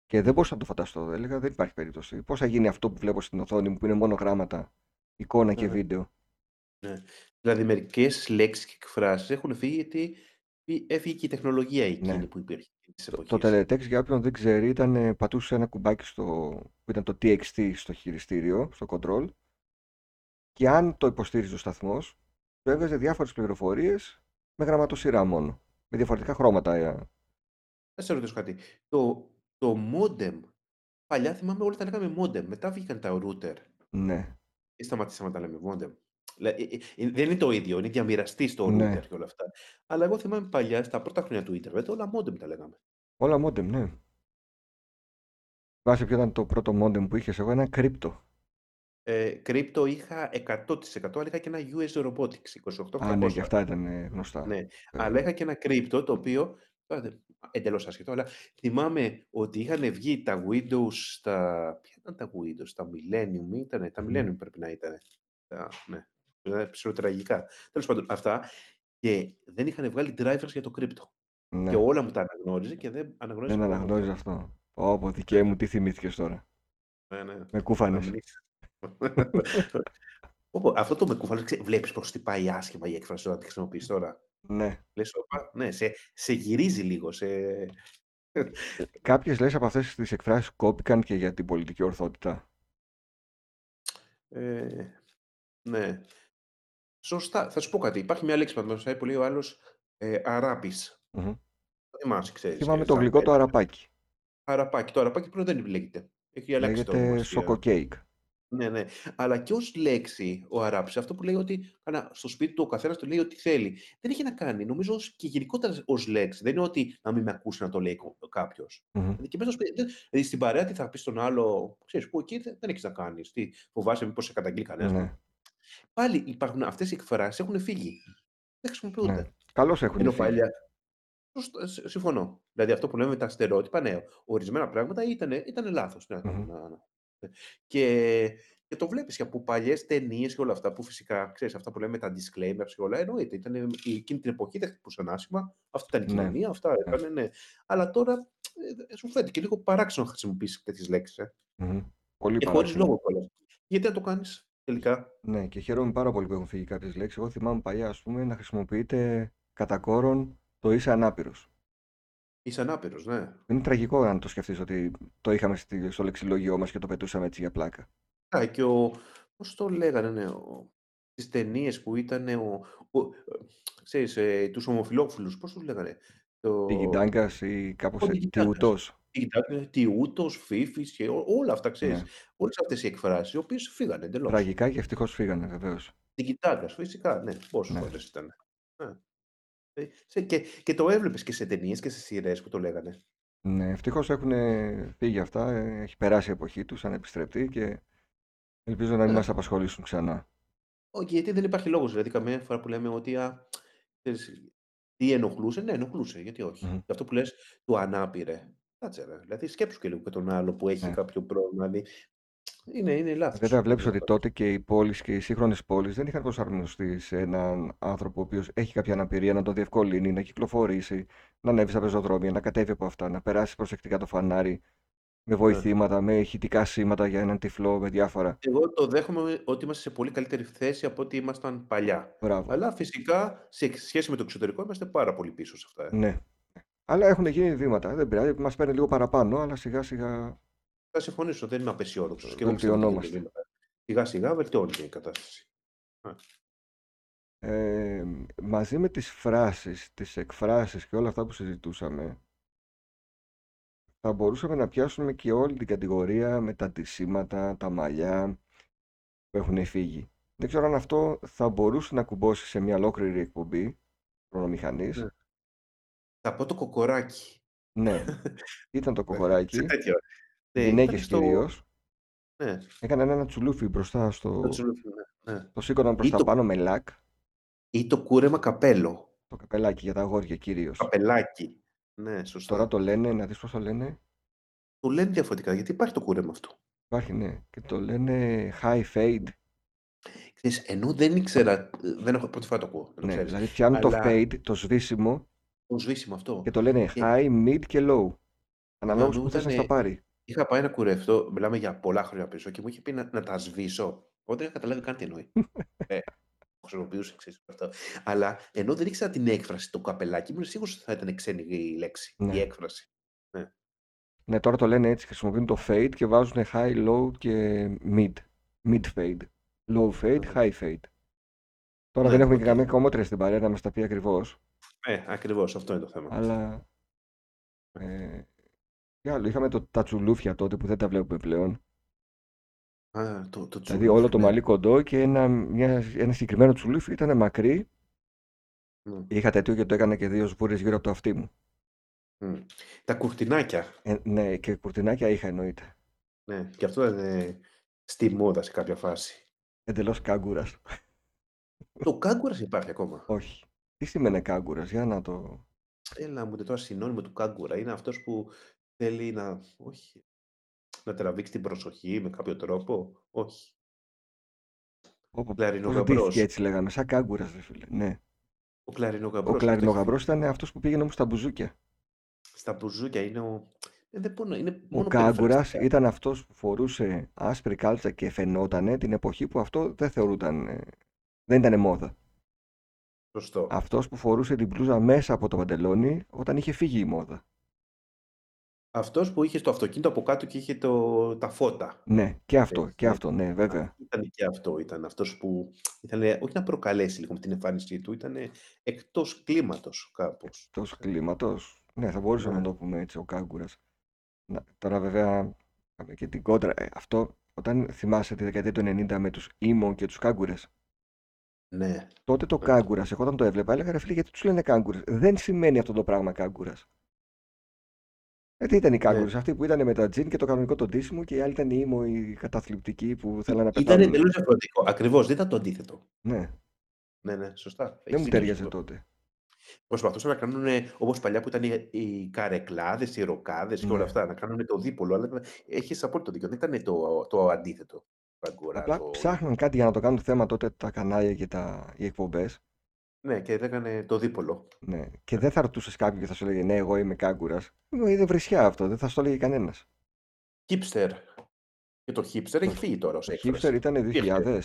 Speaker 1: και δεν μπορούσα να το φανταστώ. Έλεγα δεν υπάρχει περίπτωση. Πώς θα γίνει αυτό που βλέπω στην οθόνη μου που είναι μόνο γράμματα, εικόνα και
Speaker 2: Ναι,
Speaker 1: βίντεο.
Speaker 2: ναι. Δηλαδή, μερικές λέξεις και εκφράσεις έχουν φύγει γιατί φύ- έφυγε και η τεχνολογία
Speaker 1: Ναι.
Speaker 2: εκείνη που υπήρχε της
Speaker 1: Το, το
Speaker 2: εποχής.
Speaker 1: Teletext, για όποιον δεν ξέρει, ήταν, ε, πατούσε ένα κουμπάκι στο, που ήταν το TXT στο χειριστήριο, στο control, και αν το υποστήριζε ο σταθμός, του έβγαζε διάφορες πληροφορίες με γραμματοσυρά μόνο. Με διαφορετικά χρώματα. ε.
Speaker 2: Θα σε ρωτήσω κάτι. Το, το modem. Παλιά θυμάμαι όλα τα λέγαμε modem. Μετά βγήκαν τα router.
Speaker 1: Ναι,
Speaker 2: Και σταματήσαμε να τα λέμε modem. Λα- ε, ε, ε, Δεν είναι το ίδιο, είναι διαμοιραστή το
Speaker 1: ναι.
Speaker 2: router και όλα αυτά. Αλλά εγώ θυμάμαι παλιά, στα πρώτα χρόνια του Ιντερνετ, όλα modem τα λέγαμε.
Speaker 1: Όλα modem, ναι. Βάσει ποιο ήταν το πρώτο modem που είχες εγώ, ένα κρύπτο.
Speaker 2: Ε, κρύπτο είχα 100% αλλά είχα και ένα US Robotics
Speaker 1: Α, ναι, και
Speaker 2: 2800.
Speaker 1: αυτά ήταν ε, γνωστά.
Speaker 2: Ναι, αλλά
Speaker 1: Βέβαια.
Speaker 2: είχα και ένα κρύπτο το οποίο. Εντελώς άσχετο, αλλά θυμάμαι ότι είχαν βγει τα Windows. Τα... Ποια ήταν τα Windows, τα Millennium ήταν, τα
Speaker 1: Μμμ.
Speaker 2: Millennium πρέπει να ήταν. Τα... Ναι, ήταν ψιλοτραγικά. Τέλος πάντων, αυτά. Και δεν είχαν βγάλει drivers για το κρύπτο. Και
Speaker 1: Ναι,
Speaker 2: όλα μου τα αναγνώριζε και δεν αναγνώριζε
Speaker 1: δεν
Speaker 2: κανένα modem.
Speaker 1: αναγνώριζα αυτό. Όπω δικαί μου, τι θυμήθηκες τώρα.
Speaker 2: Ναι, ναι, ναι.
Speaker 1: Με
Speaker 2: Να
Speaker 1: κούφανε.
Speaker 2: μην <laughs> είσαι. Όπο, αυτό το με κουβαλό, βλέπεις πώς χτυπάει άσχημα η έκφραση όταν τη χρησιμοποιείς τώρα.
Speaker 1: ναι.
Speaker 2: Λες, «Οπα, ναι, σε, σε γυρίζει λίγο, σε,
Speaker 1: Κάποιες λες από αυτές τις εκφράσεις κόπηκαν και για την πολιτική ορθότητα.
Speaker 2: Ε, ναι. Σωστά. Θα σου πω κάτι. Υπάρχει μια λέξη παραδείγματος χάρη που λέει ο άλλος ε, αράπης.
Speaker 1: Μμμ.
Speaker 2: Εμά, ξέρεις,
Speaker 1: Θυμάμαι
Speaker 2: ε,
Speaker 1: το
Speaker 2: σαν
Speaker 1: γλυκό το
Speaker 2: πέρα.
Speaker 1: αραπάκι.
Speaker 2: Αραπάκι. Το αραπάκι πλέον δεν λέγεται. Έχει αλλάξει το όνομα
Speaker 1: Λέγεται
Speaker 2: στη.
Speaker 1: σοκοκέικ.
Speaker 2: Ναι, ναι. Αλλά και ως λέξη ο αράπης, αυτό που λέει ότι κανα- στο σπίτι του ο καθένας του λέει ό,τι θέλει. Δεν έχει να κάνει. Νομίζω ως- και γενικότερα ως λέξη. Δεν είναι ότι να μην με ακούσει να το λέει κάποιος.
Speaker 1: Μμμ.
Speaker 2: Δηλαδή, και μέσα στο σπίτι, δεν- δηλαδή στην παρέα τι θα πεις στον άλλο, ξέρεις που εκεί δεν, δεν έχεις να κάνεις. Τι φοβάσαι, μήπως σε καταγγείλει κανένας.
Speaker 1: Ναι,
Speaker 2: πάλι υπάρχουν αυτές οι εκφράσεις έχουν φύγει. Δεν
Speaker 1: ναι.
Speaker 2: χρησιμοποιούνται.
Speaker 1: Καλώς έχουν
Speaker 2: Ενώ
Speaker 1: φύγει.
Speaker 2: παλιά, Σωστά, σ- Συμφωνώ. Δηλαδή αυτό που λέμε με τα στερεότυπα, ναι, ορισμένα πράγματα ήταν ήτανε λάθος. Ναι,
Speaker 1: Μμμ.
Speaker 2: να- να- ναι. Και, και το βλέπεις και από παλιές ταινίες και όλα αυτά που φυσικά, ξέρεις, αυτά που λέμε τα disclaimers και όλα, εννοείται. Ήταν, εκείνη την εποχή δεν χτυπούσαν άσχημα, αυτή ήταν η
Speaker 1: Ναι.
Speaker 2: κοινωνία, αυτά
Speaker 1: Ναι.
Speaker 2: ήταν, ναι. Αλλά τώρα ε, σου φαίνεται και λίγο παράξενο να χρησιμοποιήσεις τέτοιες λέξεις. Ε.
Speaker 1: Μμμ. Πολύ
Speaker 2: Και χωρίς
Speaker 1: παράξενο.
Speaker 2: λόγο κιόλας. Γιατί να το κάνεις τελικά.
Speaker 1: Ναι, και χαίρομαι πάρα πολύ που έχουν φύγει κάποιες λέξεις. Εγώ θυμάμαι παλιά, ας πούμε, να χρησιμοποιείται κατά κόρον το είσαι ανάπηρος.
Speaker 2: Είσαι ανάπηρος, ναι.
Speaker 1: Είναι τραγικό αν το σκεφτείς ότι το είχαμε στη- στο λεξιλόγιό μας και το πετούσαμε έτσι για πλάκα.
Speaker 2: Α, και ο. Πώς το λέγανε, ναι, ο... τις ταινίες που ήταν. Ο... Ο... ε, Ξέρεις, ε, τους ομοφυλόφιλους, πώς τους λέγανε. Το...
Speaker 1: Τιγιντάγκα ή κάπως
Speaker 2: Ο
Speaker 1: τιουτό.
Speaker 2: Τιγιντάγκας. Τιγιντάγκα, Τιούτος, Φίφης και ό- όλα αυτά, ξέρεις.
Speaker 1: Ναι.
Speaker 2: Όλες αυτές οι εκφράσεις, οι οποίες φύγανε εντελώς.
Speaker 1: Τραγικά και ευτυχώς φύγανε, βεβαίως.
Speaker 2: Τιγιντάγκας, φυσικά, ναι, πόσες
Speaker 1: Ναι.
Speaker 2: φορές ήταν. Ναι. Ε, σε- Και, και το έβλεπες και σε ταινίες και σε σειρές που το λέγανε.
Speaker 1: Ναι, ευτυχώς έχουν φύγει αυτά. ε, Έχει περάσει η εποχή τους, αν επιστρεπτεί και ελπίζω να μην
Speaker 2: Ναι.
Speaker 1: μας απασχολήσουν ξανά.
Speaker 2: Όχι, γιατί δεν υπάρχει λόγος, δηλαδή καμία φορά που λέμε ότι α, ξέρεις, τι ενοχλούσε, ναι, ενοχλούσε, γιατί όχι.
Speaker 1: Μμμ.
Speaker 2: Και Αυτό που λες, του ανάπηρε. Κάτσε ρε, δηλαδή σκέψου και λίγο και τον άλλο που έχει
Speaker 1: Ναι. Ε,
Speaker 2: κάποιο πρόβλημα, δηλαδή είναι, είναι λάθος.
Speaker 1: Βέβαια, βλέπει
Speaker 2: αυτό
Speaker 1: ότι
Speaker 2: το
Speaker 1: τότε και οι πόλεις και οι σύγχρονες πόλεις δεν είχαν προσαρμοστεί σε έναν άνθρωπο ο οποίος έχει κάποια αναπηρία να τον διευκολύνει, να κυκλοφορήσει, να ανέβει στα πεζοδρόμια, να κατέβει από αυτά, να περάσει προσεκτικά το φανάρι με
Speaker 2: πράγμα. Ναι.
Speaker 1: βοηθήματα, με ηχητικά σήματα για έναν τυφλό, με διάφορα.
Speaker 2: Εγώ το δέχομαι ότι είμαστε σε πολύ καλύτερη θέση από ό,τι ήμασταν παλιά.
Speaker 1: Μπράβο.
Speaker 2: Αλλά φυσικά σε σχέση με το εξωτερικό είμαστε πάρα πολύ πίσω σε αυτά. ε.
Speaker 1: Ναι. Αλλά έχουν γίνει βήματα. Δεν πειράζει, μας παίρνει λίγο παραπάνω, αλλά σιγά σιγά
Speaker 2: Θα συμφωνήσω, δεν είμαι απεσιόδοξος και εγώ πιστεύω ότι γίνονται
Speaker 1: βελτιωνόμαστε.
Speaker 2: βήματα. Σιγά σιγά βελτιώνεται η κατάσταση. Ναι.
Speaker 1: Ε, μαζί με τις φράσεις, τις εκφράσεις και όλα αυτά που συζητούσαμε, θα μπορούσαμε να πιάσουμε και όλη την κατηγορία με τα ντυσίματα, τα μαλλιά που έχουν φύγει. Δεν ξέρω αν αυτό θα μπορούσε να κουμπώσει σε μια ολόκληρη εκπομπή
Speaker 2: Ναι.
Speaker 1: χρονομηχανής.
Speaker 2: Θα πω το κοκοράκι.
Speaker 1: Ναι, ήταν το
Speaker 2: <laughs> Ναι, Σε
Speaker 1: κοκοράκι,
Speaker 2: τέτοιο. Ναι, ήταν
Speaker 1: γυναίκες
Speaker 2: στο.
Speaker 1: κυρίως,
Speaker 2: Ναι,
Speaker 1: έκαναν ένα τσουλούφι μπροστά
Speaker 2: το
Speaker 1: στο...
Speaker 2: τσουλούφι, ναι, ναι.
Speaker 1: Το σήκωναν προς
Speaker 2: Ή
Speaker 1: τα
Speaker 2: το,
Speaker 1: πάνω με λακ,
Speaker 2: ή το κούρεμα καπέλο.
Speaker 1: το καπελάκι για τα αγόρια κυρίως.
Speaker 2: Καπελάκι. Ναι,
Speaker 1: Τώρα
Speaker 2: σωστά.
Speaker 1: το λένε, να δεις πώς το λένε,
Speaker 2: Το λένε διαφορετικά γιατί υπάρχει το κούρεμα αυτό.
Speaker 1: υπάρχει ναι, και το λένε high fade.
Speaker 2: Ξέρεις, ενώ δεν ήξερα, ε, δεν έχω πρώτη φορά το ακούω, να το
Speaker 1: Ναι,
Speaker 2: ξέρεις.
Speaker 1: δηλαδή πιάνουν το
Speaker 2: Αλλά Ε,
Speaker 1: fade, το σβήσιμο
Speaker 2: το σβήσιμο αυτό.
Speaker 1: και το λένε
Speaker 2: Και
Speaker 1: high, mid και low.
Speaker 2: εγώ
Speaker 1: Αναλόγως
Speaker 2: ενώ
Speaker 1: που θες
Speaker 2: ήταν,
Speaker 1: να στα
Speaker 2: ε,
Speaker 1: πάρει.
Speaker 2: είχα πάει να κουρευτώ, μιλάμε για πολλά χρόνια πίσω και μου είχε πει να, να τα σβήσω. Εγώ δεν είχα καταλάβει καν
Speaker 1: <laughs>
Speaker 2: τι εννοεί. Ε, το χρησιμοποιούσε ξέρεις, αυτό. Αλλά ενώ δεν ήξερα την έκφραση, το καπελάκι, ήμουν σίγουρος ότι θα ήταν ξένη η λέξη, η
Speaker 1: Ναι.
Speaker 2: έκφραση. Ναι.
Speaker 1: ναι, τώρα το λένε έτσι, χρησιμοποιούν το fade και βάζουν high, low και mid. Mid fade. Low fade,
Speaker 2: Α,
Speaker 1: high fade. Τώρα δεν
Speaker 2: Ναι,
Speaker 1: έχουμε και
Speaker 2: οκ.
Speaker 1: καμία κομμότρια στην παρέα να μας τα πει ακριβώς,
Speaker 2: Ε, ακριβώς αυτό είναι το θέμα.
Speaker 1: αλλά ε, τι άλλο, είχαμε το, τα τσουλούφια τότε που δεν τα βλέπουμε πλέον.
Speaker 2: Α, το, το
Speaker 1: Δηλαδή όλο
Speaker 2: τσουλούφι,
Speaker 1: το
Speaker 2: ναι.
Speaker 1: μαλλί κοντό και ένα, μια, ένα συγκεκριμένο τσουλούφι ήταν μακρύ.
Speaker 2: Μμ,
Speaker 1: Είχα τέτοιο και το έκανα και δύο σβούρες γύρω από το αυτί μου.
Speaker 2: μμ. Τα κουρτινάκια.
Speaker 1: Ε, ναι, και κουρτινάκια είχα εννοείται.
Speaker 2: Ναι, και αυτό ήταν ε, στη μόδα σε κάποια φάση.
Speaker 1: Εντελώς κάγκουρας.
Speaker 2: Το κάγκουρας υπάρχει ακόμα.
Speaker 1: Όχι. Τι σημαίνει κάγκουρας, για να το.
Speaker 2: Έλα μου, τώρα συνώνυμο του κάγκουρα. Είναι αυτός που θέλει να. Όχι. Να τραβήξει την προσοχή με κάποιο τρόπο. Όχι.
Speaker 1: Πώ αντίστοιχε
Speaker 2: Κλαρινογαμπρός.
Speaker 1: έτσι λέγαμε, σαν κάγκουρας, δε φίλε. Ναι.
Speaker 2: Ο
Speaker 1: Ο
Speaker 2: κλαρινογαμπρός, αυτό το έχει
Speaker 1: κλαρινογαμπρό
Speaker 2: δει.
Speaker 1: ήταν αυτός που πήγαινε όμως στα μπουζούκια.
Speaker 2: Στα μπουζούκια είναι ο. Ε, δεν μπορώ να- είναι
Speaker 1: Ο
Speaker 2: μόνο
Speaker 1: κάγκουρας
Speaker 2: περιφερειακά.
Speaker 1: ήταν αυτός που φορούσε άσπρη κάλτσα και φαινότανε την εποχή που αυτό δεν θεωρούταν. ε, Δεν ήταν μόδα.
Speaker 2: Σωστό.
Speaker 1: Αυτός που φορούσε την πλούζα μέσα από το παντελόνι όταν είχε φύγει η μόδα.
Speaker 2: Αυτός που είχε στο αυτοκίνητο από κάτω και είχε το... τα φώτα.
Speaker 1: Ναι, και αυτό,
Speaker 2: Έτσι,
Speaker 1: και
Speaker 2: ναι.
Speaker 1: αυτό, ναι,
Speaker 2: Α,
Speaker 1: βέβαια.
Speaker 2: Ήταν και αυτό, ήταν αυτός που ήθελε όχι να προκαλέσει λίγο με την εμφάνισή του, ήταν εκτός κλίματος κάπως.
Speaker 1: Εκτός κλίματος. Ναι, θα μπορούσαμε να
Speaker 2: Ναι,
Speaker 1: το πούμε έτσι, ο κάγκουρας. Να- Τώρα βέβαια είχαμε και την κόντρα. Ε, αυτό όταν θυμάσαι τη δεκαετία του 90 με τους ήμων και τους κάγκουρες.
Speaker 2: ναι,
Speaker 1: Τότε το
Speaker 2: ναι.
Speaker 1: κάγκουρας, εγώ όταν το έβλεπα έλεγα ρε φίλε γιατί τους λένε κάγκουρες. Δεν σημαίνει αυτό το πράγμα κάγκουρας. Ε, τι ήταν οι
Speaker 2: ναι.
Speaker 1: κάγκουρες, αυτοί που ήταν με τα τζιν και το κανονικό το ντύσιμο και οι άλλοι ήταν οι ήμο, οι καταθλιπτικοί που θέλανε να
Speaker 2: Ήταν
Speaker 1: πεθάνουν.
Speaker 2: εντελώς διαφορετικό. Ακριβώς, δεν ήταν το αντίθετο.
Speaker 1: Ναι,
Speaker 2: Ναι, ναι, σωστά.
Speaker 1: δεν
Speaker 2: Έχει
Speaker 1: μου
Speaker 2: δίκιο σε
Speaker 1: τέριαζε
Speaker 2: αυτό.
Speaker 1: τότε.
Speaker 2: Προσπαθούσαν να κάνουν όπως παλιά που ήταν οι, οι καρεκλάδες, οι ροκάδες και όλα
Speaker 1: Ναι.
Speaker 2: αυτά, να κάνουν το δίπολο. Αλλά έχεις απόλυτο δίκιο. Δεν ήταν το, το αντίθετο. Το αγκορά,
Speaker 1: Απλά
Speaker 2: το...
Speaker 1: ψάχναν κάτι για να το κάνουν θέμα τότε τα κανάλια και τα... οι εκπομπές.
Speaker 2: Ναι, και έκανε το δίπολο.
Speaker 1: Ναι. Και δεν θα ρωτούσες κάποιον και θα σου έλεγε Ναι, εγώ είμαι κάγκουρας. Είναι βρισιά αυτό, δεν θα σου το έλεγε κανένας.
Speaker 2: Hipster. Και το hipster
Speaker 1: Το,
Speaker 2: έχει φύγει τώρα ως
Speaker 1: το hipster
Speaker 2: έκφραση.
Speaker 1: ήταν
Speaker 2: Υπήρχε.
Speaker 1: 2000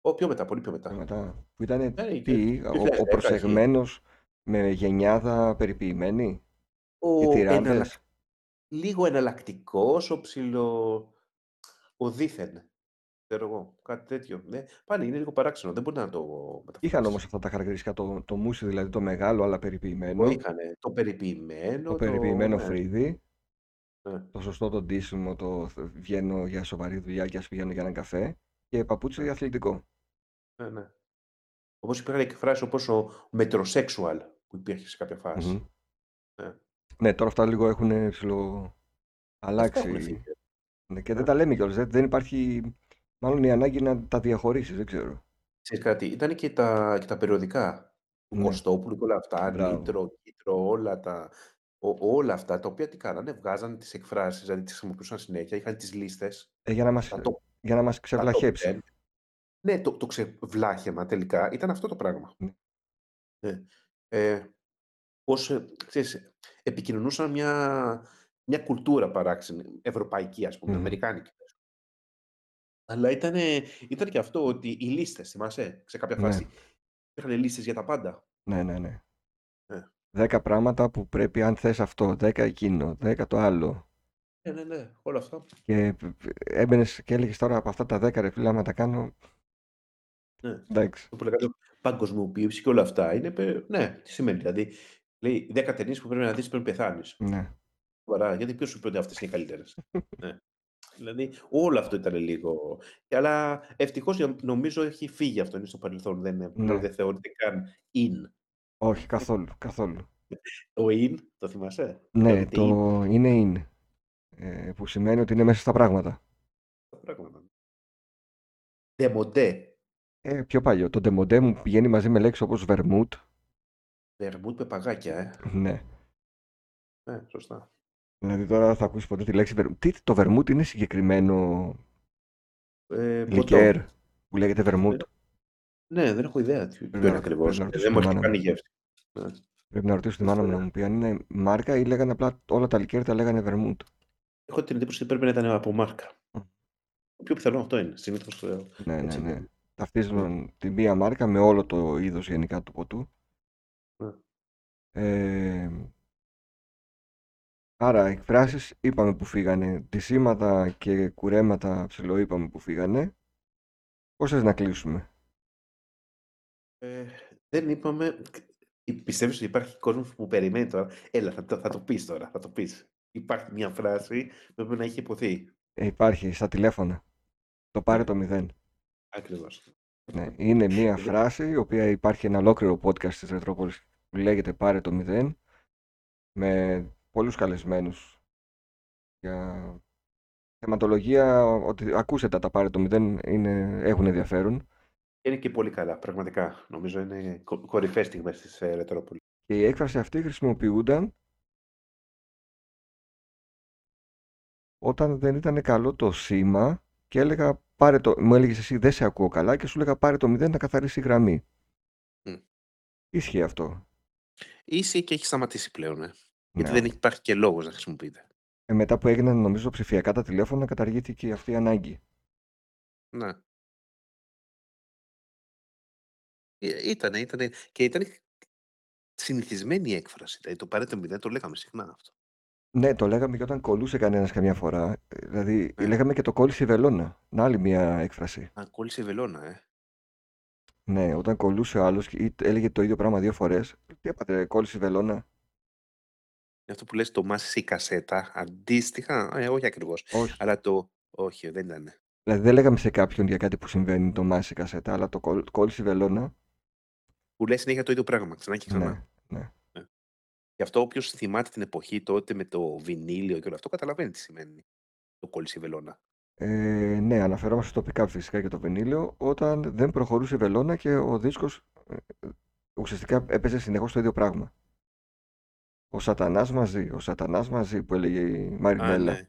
Speaker 2: Ό, πιο μετά, πολύ πιο μετά.
Speaker 1: μετά, που ήταν
Speaker 2: Ναι, και
Speaker 1: τι, ο, ο
Speaker 2: 2010 έχει.
Speaker 1: προσεγμένος με γενιάδα περιποιημένη και
Speaker 2: Ο εναλλακ...
Speaker 1: τυράνδες.
Speaker 2: λίγο εναλλακτικός, ο ψηλο. ο δίθεν. Ξέρω εγώ, κάτι τέτοιο. Ναι. Πάλι είναι λίγο παράξενο, δεν μπορεί να το
Speaker 1: Είχαν όμως
Speaker 2: μεταφράσει.
Speaker 1: αυτά τα χαρακτηριστικά, το, το μουσι δηλαδή το μεγάλο αλλά
Speaker 2: Το
Speaker 1: περιποιημένο,
Speaker 2: είχαν το
Speaker 1: το
Speaker 2: περιποιημένο, το.
Speaker 1: περιποιημένο
Speaker 2: Ναι,
Speaker 1: φρύδι,
Speaker 2: ναι.
Speaker 1: το σωστό το ντύσιμο, το θ- βγαίνω για σοβαρή δουλειά και ας πηγαίνω για έναν καφέ και παπούτσι
Speaker 2: ναι,
Speaker 1: αθλητικό.
Speaker 2: ναι, ναι. Όπως υπήρχαν και φράσεις όπως ο μετροσέξουαλ που υπήρχε σε κάποια φάση.
Speaker 1: Μμμ.
Speaker 2: Ναι.
Speaker 1: Ναι, τώρα αυτά λίγο έχουν ψηλο...
Speaker 2: Αυτά έχουν
Speaker 1: αλλάξει
Speaker 2: φύγει.
Speaker 1: ναι, και δεν
Speaker 2: Ναι.
Speaker 1: τα λέμε κιόλας, δεν, δεν υπάρχει μάλλον η ανάγκη να τα διαχωρίσεις, δεν ξέρω.
Speaker 2: Ξέρεις κάτι, ήταν και τα, και τα περιοδικά του
Speaker 1: Ναι,
Speaker 2: Κωστόπουλου και όλα αυτά,
Speaker 1: μπράβο.
Speaker 2: Νίτρο, Κίτρο, όλα τα, ό- όλα αυτά, τα οποία τι κάνανε, βγάζανε τις εκφράσεις, δηλαδή τις χρησιμοποιούσαν συνέχεια, είχαν τις λίστες,
Speaker 1: Ε, για να μας,
Speaker 2: τα top,
Speaker 1: για να μας
Speaker 2: τα top 10.
Speaker 1: ξεβλαχέψει.
Speaker 2: Ναι, το, το ξεβλάχεμα τελικά ήταν αυτό το πράγμα.
Speaker 1: Ναι.
Speaker 2: Ναι. Ε, πώς, ε, ξέρεις, επικοινωνούσαν μια, μια κουλτούρα παράξενη, ευρωπαϊκή ας πούμε,
Speaker 1: Μμμ.
Speaker 2: αμερικάνικη. Αλλά ήταν, ήταν και αυτό ότι οι λίστες, θυμάσαι, σε κάποια
Speaker 1: Ναι,
Speaker 2: φάση, υπήρχαν λίστες για τα πάντα.
Speaker 1: ναι, ναι, ναι.
Speaker 2: Ναι.
Speaker 1: Δέκα πράγματα που πρέπει αν θες αυτό, δέκα εκείνο, δέκα το άλλο.
Speaker 2: Ναι, ναι, ναι, όλα αυτά.
Speaker 1: Και έμπαινες και έλεγες τώρα από αυτά τα δέκα ρε φίλε, άμα τα κάνω,
Speaker 2: Ναι.
Speaker 1: εντάξει.
Speaker 2: Το που λέγαμε παγκοσμιοποίηση και όλα αυτά είναι. πε- Ναι, τι σημαίνει. Δηλαδή, λέει 10 ταινίες που πρέπει να δεις πριν πεθάνεις.
Speaker 1: Ναι.
Speaker 2: Σοβαρά, γιατί ποιος σου είπε ότι αυτές είναι οι καλύτερες. Ναι. Δηλαδή, όλο αυτό ήταν λίγο. Αλλά ευτυχώς νομίζω έχει φύγει αυτό. Είναι στο παρελθόν. Δεν, είναι- πλέον
Speaker 1: Ναι,
Speaker 2: δεν θεωρείται καν in.
Speaker 1: όχι καθόλου, καθόλου.
Speaker 2: Ο in, το θυμάσαι,
Speaker 1: Ναι,
Speaker 2: θεωρείται
Speaker 1: το
Speaker 2: in.
Speaker 1: είναι είναι, ε, που σημαίνει ότι είναι μέσα στα πράγματα.
Speaker 2: Τα πράγματα. Δεμοντέ.
Speaker 1: Ε, πιο παλιό, το ντεμοντέ μου πηγαίνει μαζί με λέξεις όπως βερμούτ.
Speaker 2: Βερμούτ με παγάκια, ε.
Speaker 1: Ναι,
Speaker 2: Ναι, σωστά.
Speaker 1: δηλαδή τώρα δεν θα ακούσεις ποτέ τη λέξη βερμούτ. Τι, το βερμούτ είναι συγκεκριμένο
Speaker 2: Ε,
Speaker 1: λικέρ
Speaker 2: ποτό.
Speaker 1: που λέγεται βερμούτ.
Speaker 2: Δεν- Ναι, δεν έχω ιδέα τι
Speaker 1: Πρέπει
Speaker 2: ποιο
Speaker 1: να,
Speaker 2: είναι
Speaker 1: ρω-
Speaker 2: ακριβώ.
Speaker 1: πρέπει να ρωτήσω
Speaker 2: Δεν
Speaker 1: τη
Speaker 2: μου έχει
Speaker 1: μάνα
Speaker 2: κάνει
Speaker 1: μου.
Speaker 2: γεύση. Ναι,
Speaker 1: Πρέπει να ρωτήσω τη μάνα
Speaker 2: αυτό
Speaker 1: μου να
Speaker 2: είναι.
Speaker 1: μου πει αν είναι μάρκα ή λέγανε απλά όλα τα λικέρ τα λέγανε βερμούτ.
Speaker 2: Έχω την εντύπωση ότι πρέπει να ήταν από μάρκα.
Speaker 1: Μμ.
Speaker 2: Το πιο πιθανό αυτό είναι. ε, Συνήθω
Speaker 1: Ναι, ναι,
Speaker 2: έτσι
Speaker 1: ναι.
Speaker 2: βγαίνει. Ναι,
Speaker 1: Ταυτίζουν τη μία μάρκα με όλο το είδος γενικά του ποτού.
Speaker 2: ναι.
Speaker 1: Ε, άρα, εκφράσεις είπαμε που φύγανε. Τισήματα και κουρέματα ψηλό είπαμε που φύγανε. Πώς θες να κλείσουμε.
Speaker 2: Ε, δεν είπαμε. Πιστεύεις ότι υπάρχει κόσμος που περιμένει τώρα. Έλα, θα, το- θα το πεις τώρα. Θα το πεις. Υπάρχει μια φράση που πρέπει να έχει υποθεί.
Speaker 1: Ε, υπάρχει στα τηλέφωνα. Το πάρε
Speaker 2: Ναι,
Speaker 1: το μηδέν.
Speaker 2: ακριβώς.
Speaker 1: Ναι, είναι μία φράση η οποία υπάρχει ένα ολόκληρο podcast της Ρετρόπολης που λέγεται πάρε το μηδέν με πολλούς καλεσμένους για θεματολογία ότι ακούσε τα τα πάρε το μηδέν είναι, έχουν ενδιαφέρον
Speaker 2: Είναι και πολύ καλά, πραγματικά. Νομίζω είναι κο- κορυφαίες στιγμές της ε, Ρετρόπολης.
Speaker 1: και η έκφραση αυτή χρησιμοποιούνταν όταν δεν ήταν καλό το σήμα και έλεγα πάρε το, μου έλεγες εσύ δεν σε ακούω καλά και σου έλεγα πάρε το μηδέν να καθαρίσει η γραμμή.
Speaker 2: Μ.
Speaker 1: Ίσχυε αυτό.
Speaker 2: Ίσοι και έχει σταματήσει πλέον. Ε. Γιατί
Speaker 1: Ναι.
Speaker 2: δεν υπάρχει και λόγος να χρησιμοποιείται.
Speaker 1: Ε, μετά που έγιναν νομίζω ψηφιακά τα τηλέφωνα καταργήθηκε αυτή η ανάγκη.
Speaker 2: Ναι. Ή- Ε, Ήτανε, ήτανε. Και ήταν συνηθισμένη η έκφραση. Δηλαδή το παρέτο μηδέν το λέγαμε συχνά αυτό.
Speaker 1: Ναι, το λέγαμε και όταν κολούσε κανένας καμιά φορά. ε, Δηλαδή,
Speaker 2: Ναι.
Speaker 1: λέγαμε και το κόλλησε η βελόνα. Να άλλη μια έκφραση.
Speaker 2: Α, κόλλησε η βελόνα, ε.
Speaker 1: Ναι, όταν κολούσε ο άλλος ή τ- έλεγε το ίδιο πράγμα δύο φορές. Τι έπατε, κόλλησε η βελόνα.
Speaker 2: Είναι αυτό που λες το μάσησε η κασέτα. Αντίστοιχα, ε, όχι ακριβώς. <laughs>
Speaker 1: Όχι.
Speaker 2: Αλλά το... Όχι, δεν ήταν.
Speaker 1: Δηλαδή, δεν λέγαμε σε κάποιον για κάτι που συμβαίνει το μάση κασέτα, αλλά το κόλ- κόλλησε η βελόνα.
Speaker 2: Που λες συνέχεια το ίδιο πράγμα, ξανά και ξανά.
Speaker 1: Ναι, ναι.
Speaker 2: Ναι. Γι' αυτό όποιος θυμάται την εποχή τότε με το βινίλιο και όλο αυτό, καταλαβαίνει τι σημαίνει το κόλλησε η βελόνα.
Speaker 1: Ε, ναι, αναφερόμαστε στο pick-up φυσικά και το βινίλιο, όταν δεν προχωρούσε η βελόνα και ο δίσκος ε, ουσιαστικά έπαιζε συνεχώς το ίδιο πράγμα. Ο Σατανάς μαζί, ο Σατανάς μαζί που έλεγε η
Speaker 2: Α,
Speaker 1: Μαρινέλα.
Speaker 2: ναι.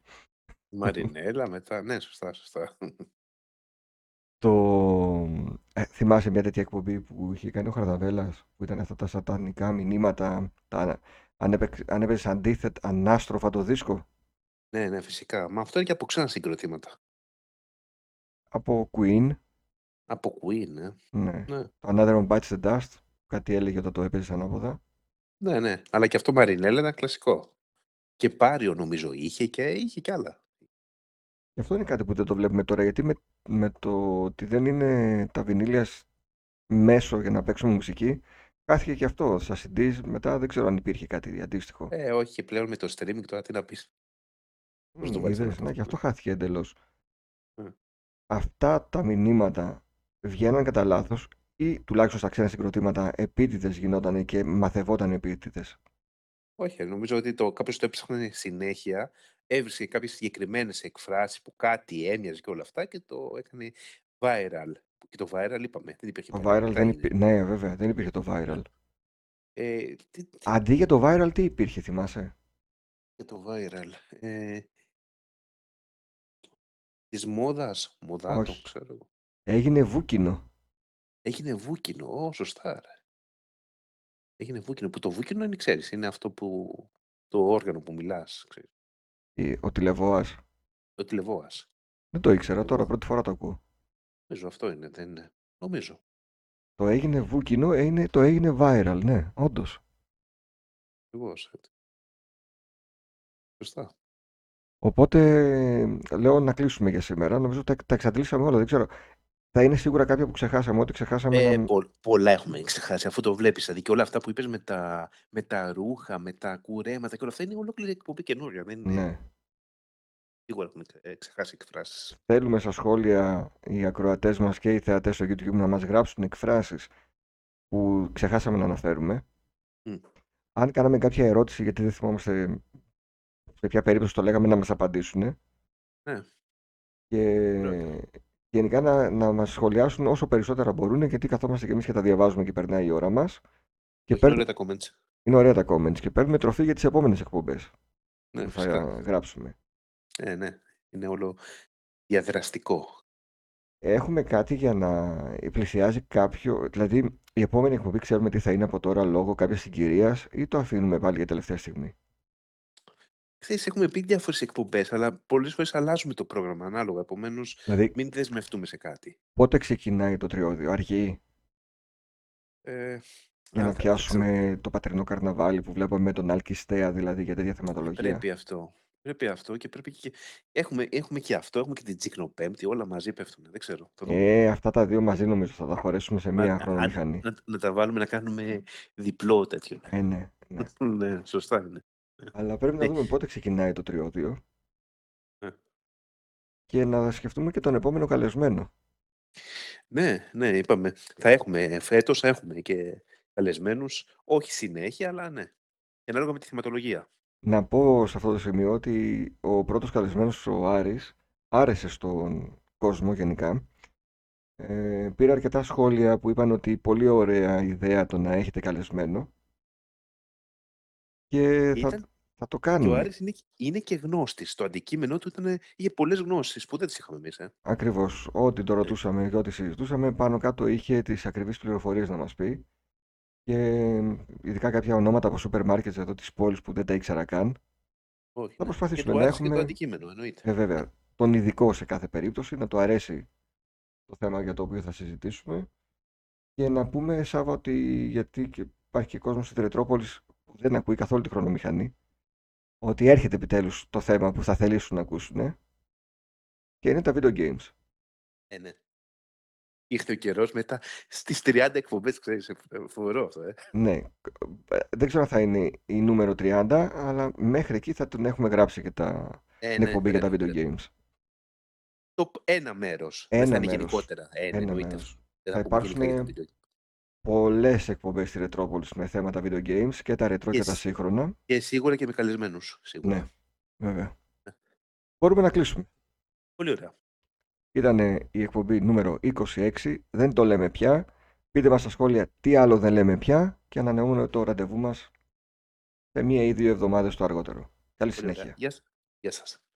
Speaker 2: Μαρινέλα μετά. Ναι, σωστά, σωστά.
Speaker 1: Το... Ε, θυμάσαι μια τέτοια εκπομπή που είχε κάνει ο Χαρδαβέλας που ήταν αυτά τα σατανικά μηνύματα τα... ανα- αν, έπαιξε, αν έπαιζες αντίθετα ανάστροφα το δίσκο
Speaker 2: Ναι, ναι, φυσικά. Μα αυτό είναι και από ξένα συγκροτήματα.
Speaker 1: από Queen
Speaker 2: Από Queen, ε.
Speaker 1: ναι.
Speaker 2: Ναι.
Speaker 1: το Another One Bites the Dust κάτι έλεγε όταν το έπαιζες ανάποδα
Speaker 2: Ναι, ναι. Αλλά και αυτό Μαρινέλα ήταν κλασικό. Και Πάριο νομίζω είχε και είχε κι άλλα.
Speaker 1: και αυτό είναι κάτι που δεν το βλέπουμε τώρα γιατί με, με το ότι δεν είναι τα βινίλια σ- μέσο για να παίξουμε μουσική χάθηκε και αυτό στα CDs μετά δεν ξέρω αν υπήρχε κάτι αντίστοιχο
Speaker 2: Ε, όχι, και πλέον με το streaming τώρα τι να πεις. Πώς το
Speaker 1: Μμ,
Speaker 2: βάλεις
Speaker 1: είδες,
Speaker 2: αυτό. Ε.
Speaker 1: ναι, και αυτό χάθηκε εντελώς.
Speaker 2: Μμ.
Speaker 1: Αυτά τα μηνύματα βγαίναν κατά λάθος ή τουλάχιστον στα ξένα συγκροτήματα επίτηδες γινόταν και μαθευόταν επίτηδες.
Speaker 2: Όχι, ε, νομίζω ότι το, κάποιος το έψαχνε συνέχεια, έβρισκε κάποιες συγκεκριμένες εκφράσεις που κάτι έμοιαζε και όλα αυτά και το έκανε viral. Που Και το viral είπαμε, δεν υπήρχε
Speaker 1: Το
Speaker 2: παλιά,
Speaker 1: viral
Speaker 2: μετά
Speaker 1: δεν
Speaker 2: έγινε.
Speaker 1: υπήρχε. Ναι, βέβαια, δεν υπήρχε το viral.
Speaker 2: Ε, τι, τι
Speaker 1: Αντί για το viral, τι υπήρχε, θυμάσαι.
Speaker 2: και το viral. Ε, της μόδας, μοδάτο,
Speaker 1: Όχι.
Speaker 2: ξέρω. εγώ.
Speaker 1: Έγινε βούκινο.
Speaker 2: Έγινε βούκινο, ω, σωστά. Ρε. Έγινε βούκινο, που το βούκινο είναι, ξέρεις, είναι αυτό που, το όργανο που μιλάς, ξέρεις,
Speaker 1: Ή Ο τηλεβόας.
Speaker 2: το τηλεβόας.
Speaker 1: Δεν το ήξερα τώρα, πρώτη φορά το ακούω.
Speaker 2: Νομίζω αυτό είναι, δεν είναι. Νομίζω.
Speaker 1: Το έγινε βούκινο, είναι, το έγινε viral, ναι, όντως.
Speaker 2: Ακριβώς. έτσι. Σωστά.
Speaker 1: Οπότε λέω να κλείσουμε για σήμερα. Νομίζω τα, τα εξαντλήσαμε όλα. Δεν ξέρω. Θα είναι σίγουρα κάποια που ξεχάσαμε. Ό,τι ξεχάσαμε.
Speaker 2: Ε,
Speaker 1: να-
Speaker 2: πο- πολλά έχουμε ξεχάσει, αφού το βλέπεις. Δηλαδή και όλα αυτά που είπες με τα, με τα ρούχα, με τα κουρέματα και όλα αυτά είναι ολόκληρη εκπομπή καινούρια. Δεν είναι
Speaker 1: Ναι.
Speaker 2: σίγουρα έχουμε ε, ξεχάσει εκφράσεις.
Speaker 1: Θέλουμε στα σχόλια οι ακροατές μας και οι θεατές στο YouTube να μας γράψουν εκφράσεις που ξεχάσαμε να αναφέρουμε.
Speaker 2: Μμ.
Speaker 1: Αν κάναμε κάποια ερώτηση, γιατί δεν θυμόμαστε σε ποια περίπτωση το λέγαμε, να μας απαντήσουν.
Speaker 2: Ναι.
Speaker 1: Και
Speaker 2: Ωραία.
Speaker 1: γενικά να, να μας σχολιάσουν όσο περισσότερα μπορούν, γιατί καθόμαστε και εμείς και τα διαβάζουμε και περνάει η ώρα μας. Και
Speaker 2: Και
Speaker 1: παίρν-
Speaker 2: όλα τα comments.
Speaker 1: Είναι ωραία τα comments και παίρνουμε τροφή για τις επόμενες εκπομπές
Speaker 2: Ναι,
Speaker 1: που θα
Speaker 2: φυσικά.
Speaker 1: γράψουμε.
Speaker 2: Ε, ναι. Είναι όλο διαδραστικό.
Speaker 1: Έχουμε κάτι για να πλησιάζει κάποιο. Δηλαδή, η επόμενη εκπομπή ξέρουμε τι θα είναι από τώρα λόγω κάποιας συγκυρίας ή το αφήνουμε πάλι για τελευταία στιγμή.
Speaker 2: Ξέρεις, έχουμε πει διάφορες εκπομπές, αλλά πολλές φορές αλλάζουμε το πρόγραμμα ανάλογα. Επομένως,
Speaker 1: Δηλαδή,
Speaker 2: μην δεσμευτούμε σε κάτι.
Speaker 1: πότε ξεκινάει το τριώδιο, αργή,
Speaker 2: Ε,
Speaker 1: για να
Speaker 2: α, δεν- δεν ξέρω.
Speaker 1: πιάσουμε το πατρινό καρναβάλι που βλέπαμε με τον Αλκιστέα, δηλαδή για τέτοια θεματολογία.
Speaker 2: Πρέπει αυτό. Πρέπει αυτό και πρέπει και. Έχουμε, έχουμε και αυτό, έχουμε και την Τσικνοπέμπτη, όλα μαζί πέφτουν. Δεν ξέρω. Θα δούμε.
Speaker 1: Ε, αυτά τα δύο μαζί νομίζω θα τα χωρέσουμε σε
Speaker 2: Μα-
Speaker 1: μία
Speaker 2: αν-
Speaker 1: χρονομηχανή.
Speaker 2: να, να τα βάλουμε να κάνουμε διπλό τέτοιο.
Speaker 1: Ε, ναι, ναι.
Speaker 2: <laughs> ναι, σωστά είναι.
Speaker 1: Αλλά πρέπει να
Speaker 2: Ε.
Speaker 1: δούμε πότε ξεκινάει το τριώδιο
Speaker 2: Ε.
Speaker 1: και να σκεφτούμε και τον επόμενο καλεσμένο.
Speaker 2: Ναι, ναι, είπαμε. Θα έχουμε φέτος, θα έχουμε και καλεσμένους. Όχι συνέχεια, αλλά ναι. Και ανάλογα με τη θεματολογία.
Speaker 1: Να πω σε αυτό το σημείο ότι ο πρώτος καλεσμένος ο Άρης άρεσε στον κόσμο γενικά. Ε, πήρα αρκετά σχόλια που είπαν ότι πολύ ωραία ιδέα το να έχετε καλεσμένο και θα,
Speaker 2: Ήταν
Speaker 1: θα το
Speaker 2: και ο
Speaker 1: κάνουμε
Speaker 2: Άρης είναι, είναι και γνώστης. Το αντικείμενό του ήταν, είχε πολλές γνώσεις που δεν τις είχαμε εμείς. Ε.
Speaker 1: ακριβώς ό,τι το ρωτούσαμε και ό,τι συζητούσαμε πάνω κάτω είχε τις ακριβείς πληροφορίες να μας πει και ε, ειδικά κάποια ονόματα από σούπερ μάρκετ εδώ της πόλης που δεν τα ήξερα καν
Speaker 2: Όχι,
Speaker 1: θα
Speaker 2: ναι. Και
Speaker 1: προσπαθήσουμε
Speaker 2: του
Speaker 1: να
Speaker 2: άρεσε και το
Speaker 1: έχουμε
Speaker 2: αντικείμενο, εννοείται.
Speaker 1: Ε, βέβαια, τον ειδικό σε κάθε περίπτωση, να του αρέσει το θέμα για το οποίο θα συζητήσουμε και να πούμε, Σάβα, ότι γιατί και υπάρχει και κόσμος στην Τρετρόπολης που δεν ακούει καθόλου τη χρονομηχανή, ότι έρχεται επιτέλους το θέμα που θα θελήσουν να ακούσουν ε, και είναι τα video games.
Speaker 2: Ε, ναι. Ήρθε ο καιρός μετά στις 30 εκπομπές, ξέρεις. Φοβερό αυτό, ε.
Speaker 1: Ναι, ε, δεν ξέρω αν θα είναι η νούμερο 30, αλλά μέχρι εκεί θα τον έχουμε γράψει και τα...
Speaker 2: ε
Speaker 1: την
Speaker 2: ναι,
Speaker 1: εκπομπή για τα
Speaker 2: πρέπει,
Speaker 1: video
Speaker 2: πρέπει.
Speaker 1: games.
Speaker 2: Το π- ένα μέρος.
Speaker 1: Ένα
Speaker 2: Δεν θα είναι
Speaker 1: μέρος.
Speaker 2: γενικότερα. Ε, ναι,
Speaker 1: Ένα
Speaker 2: εννοείται
Speaker 1: μέρος.
Speaker 2: αυτό. Δεν
Speaker 1: Θα
Speaker 2: θα πούμε γενικά για τα
Speaker 1: υπάρξουν
Speaker 2: βίντεο.
Speaker 1: πολλές εκπομπές στη Ρετρόπολης με θέματα video games και τα ρετρό και τα
Speaker 2: Yes.
Speaker 1: σύγχρονα.
Speaker 2: Και σίγουρα και με καλεσμένους. Σίγουρα.
Speaker 1: Ναι, βέβαια. Μπορούμε να κλείσουμε.
Speaker 2: Πολύ ωραία.
Speaker 1: Ήταν η εκπομπή νούμερο 26, δεν το λέμε πια. Πείτε μας στα σχόλια τι άλλο δεν λέμε πια και ανανεούμε το ραντεβού μας σε μία ή δύο εβδομάδες το αργότερο. Καλή
Speaker 3: Πολύ ωραία.
Speaker 1: συνέχεια.
Speaker 3: Γεια σας. Γεια σας.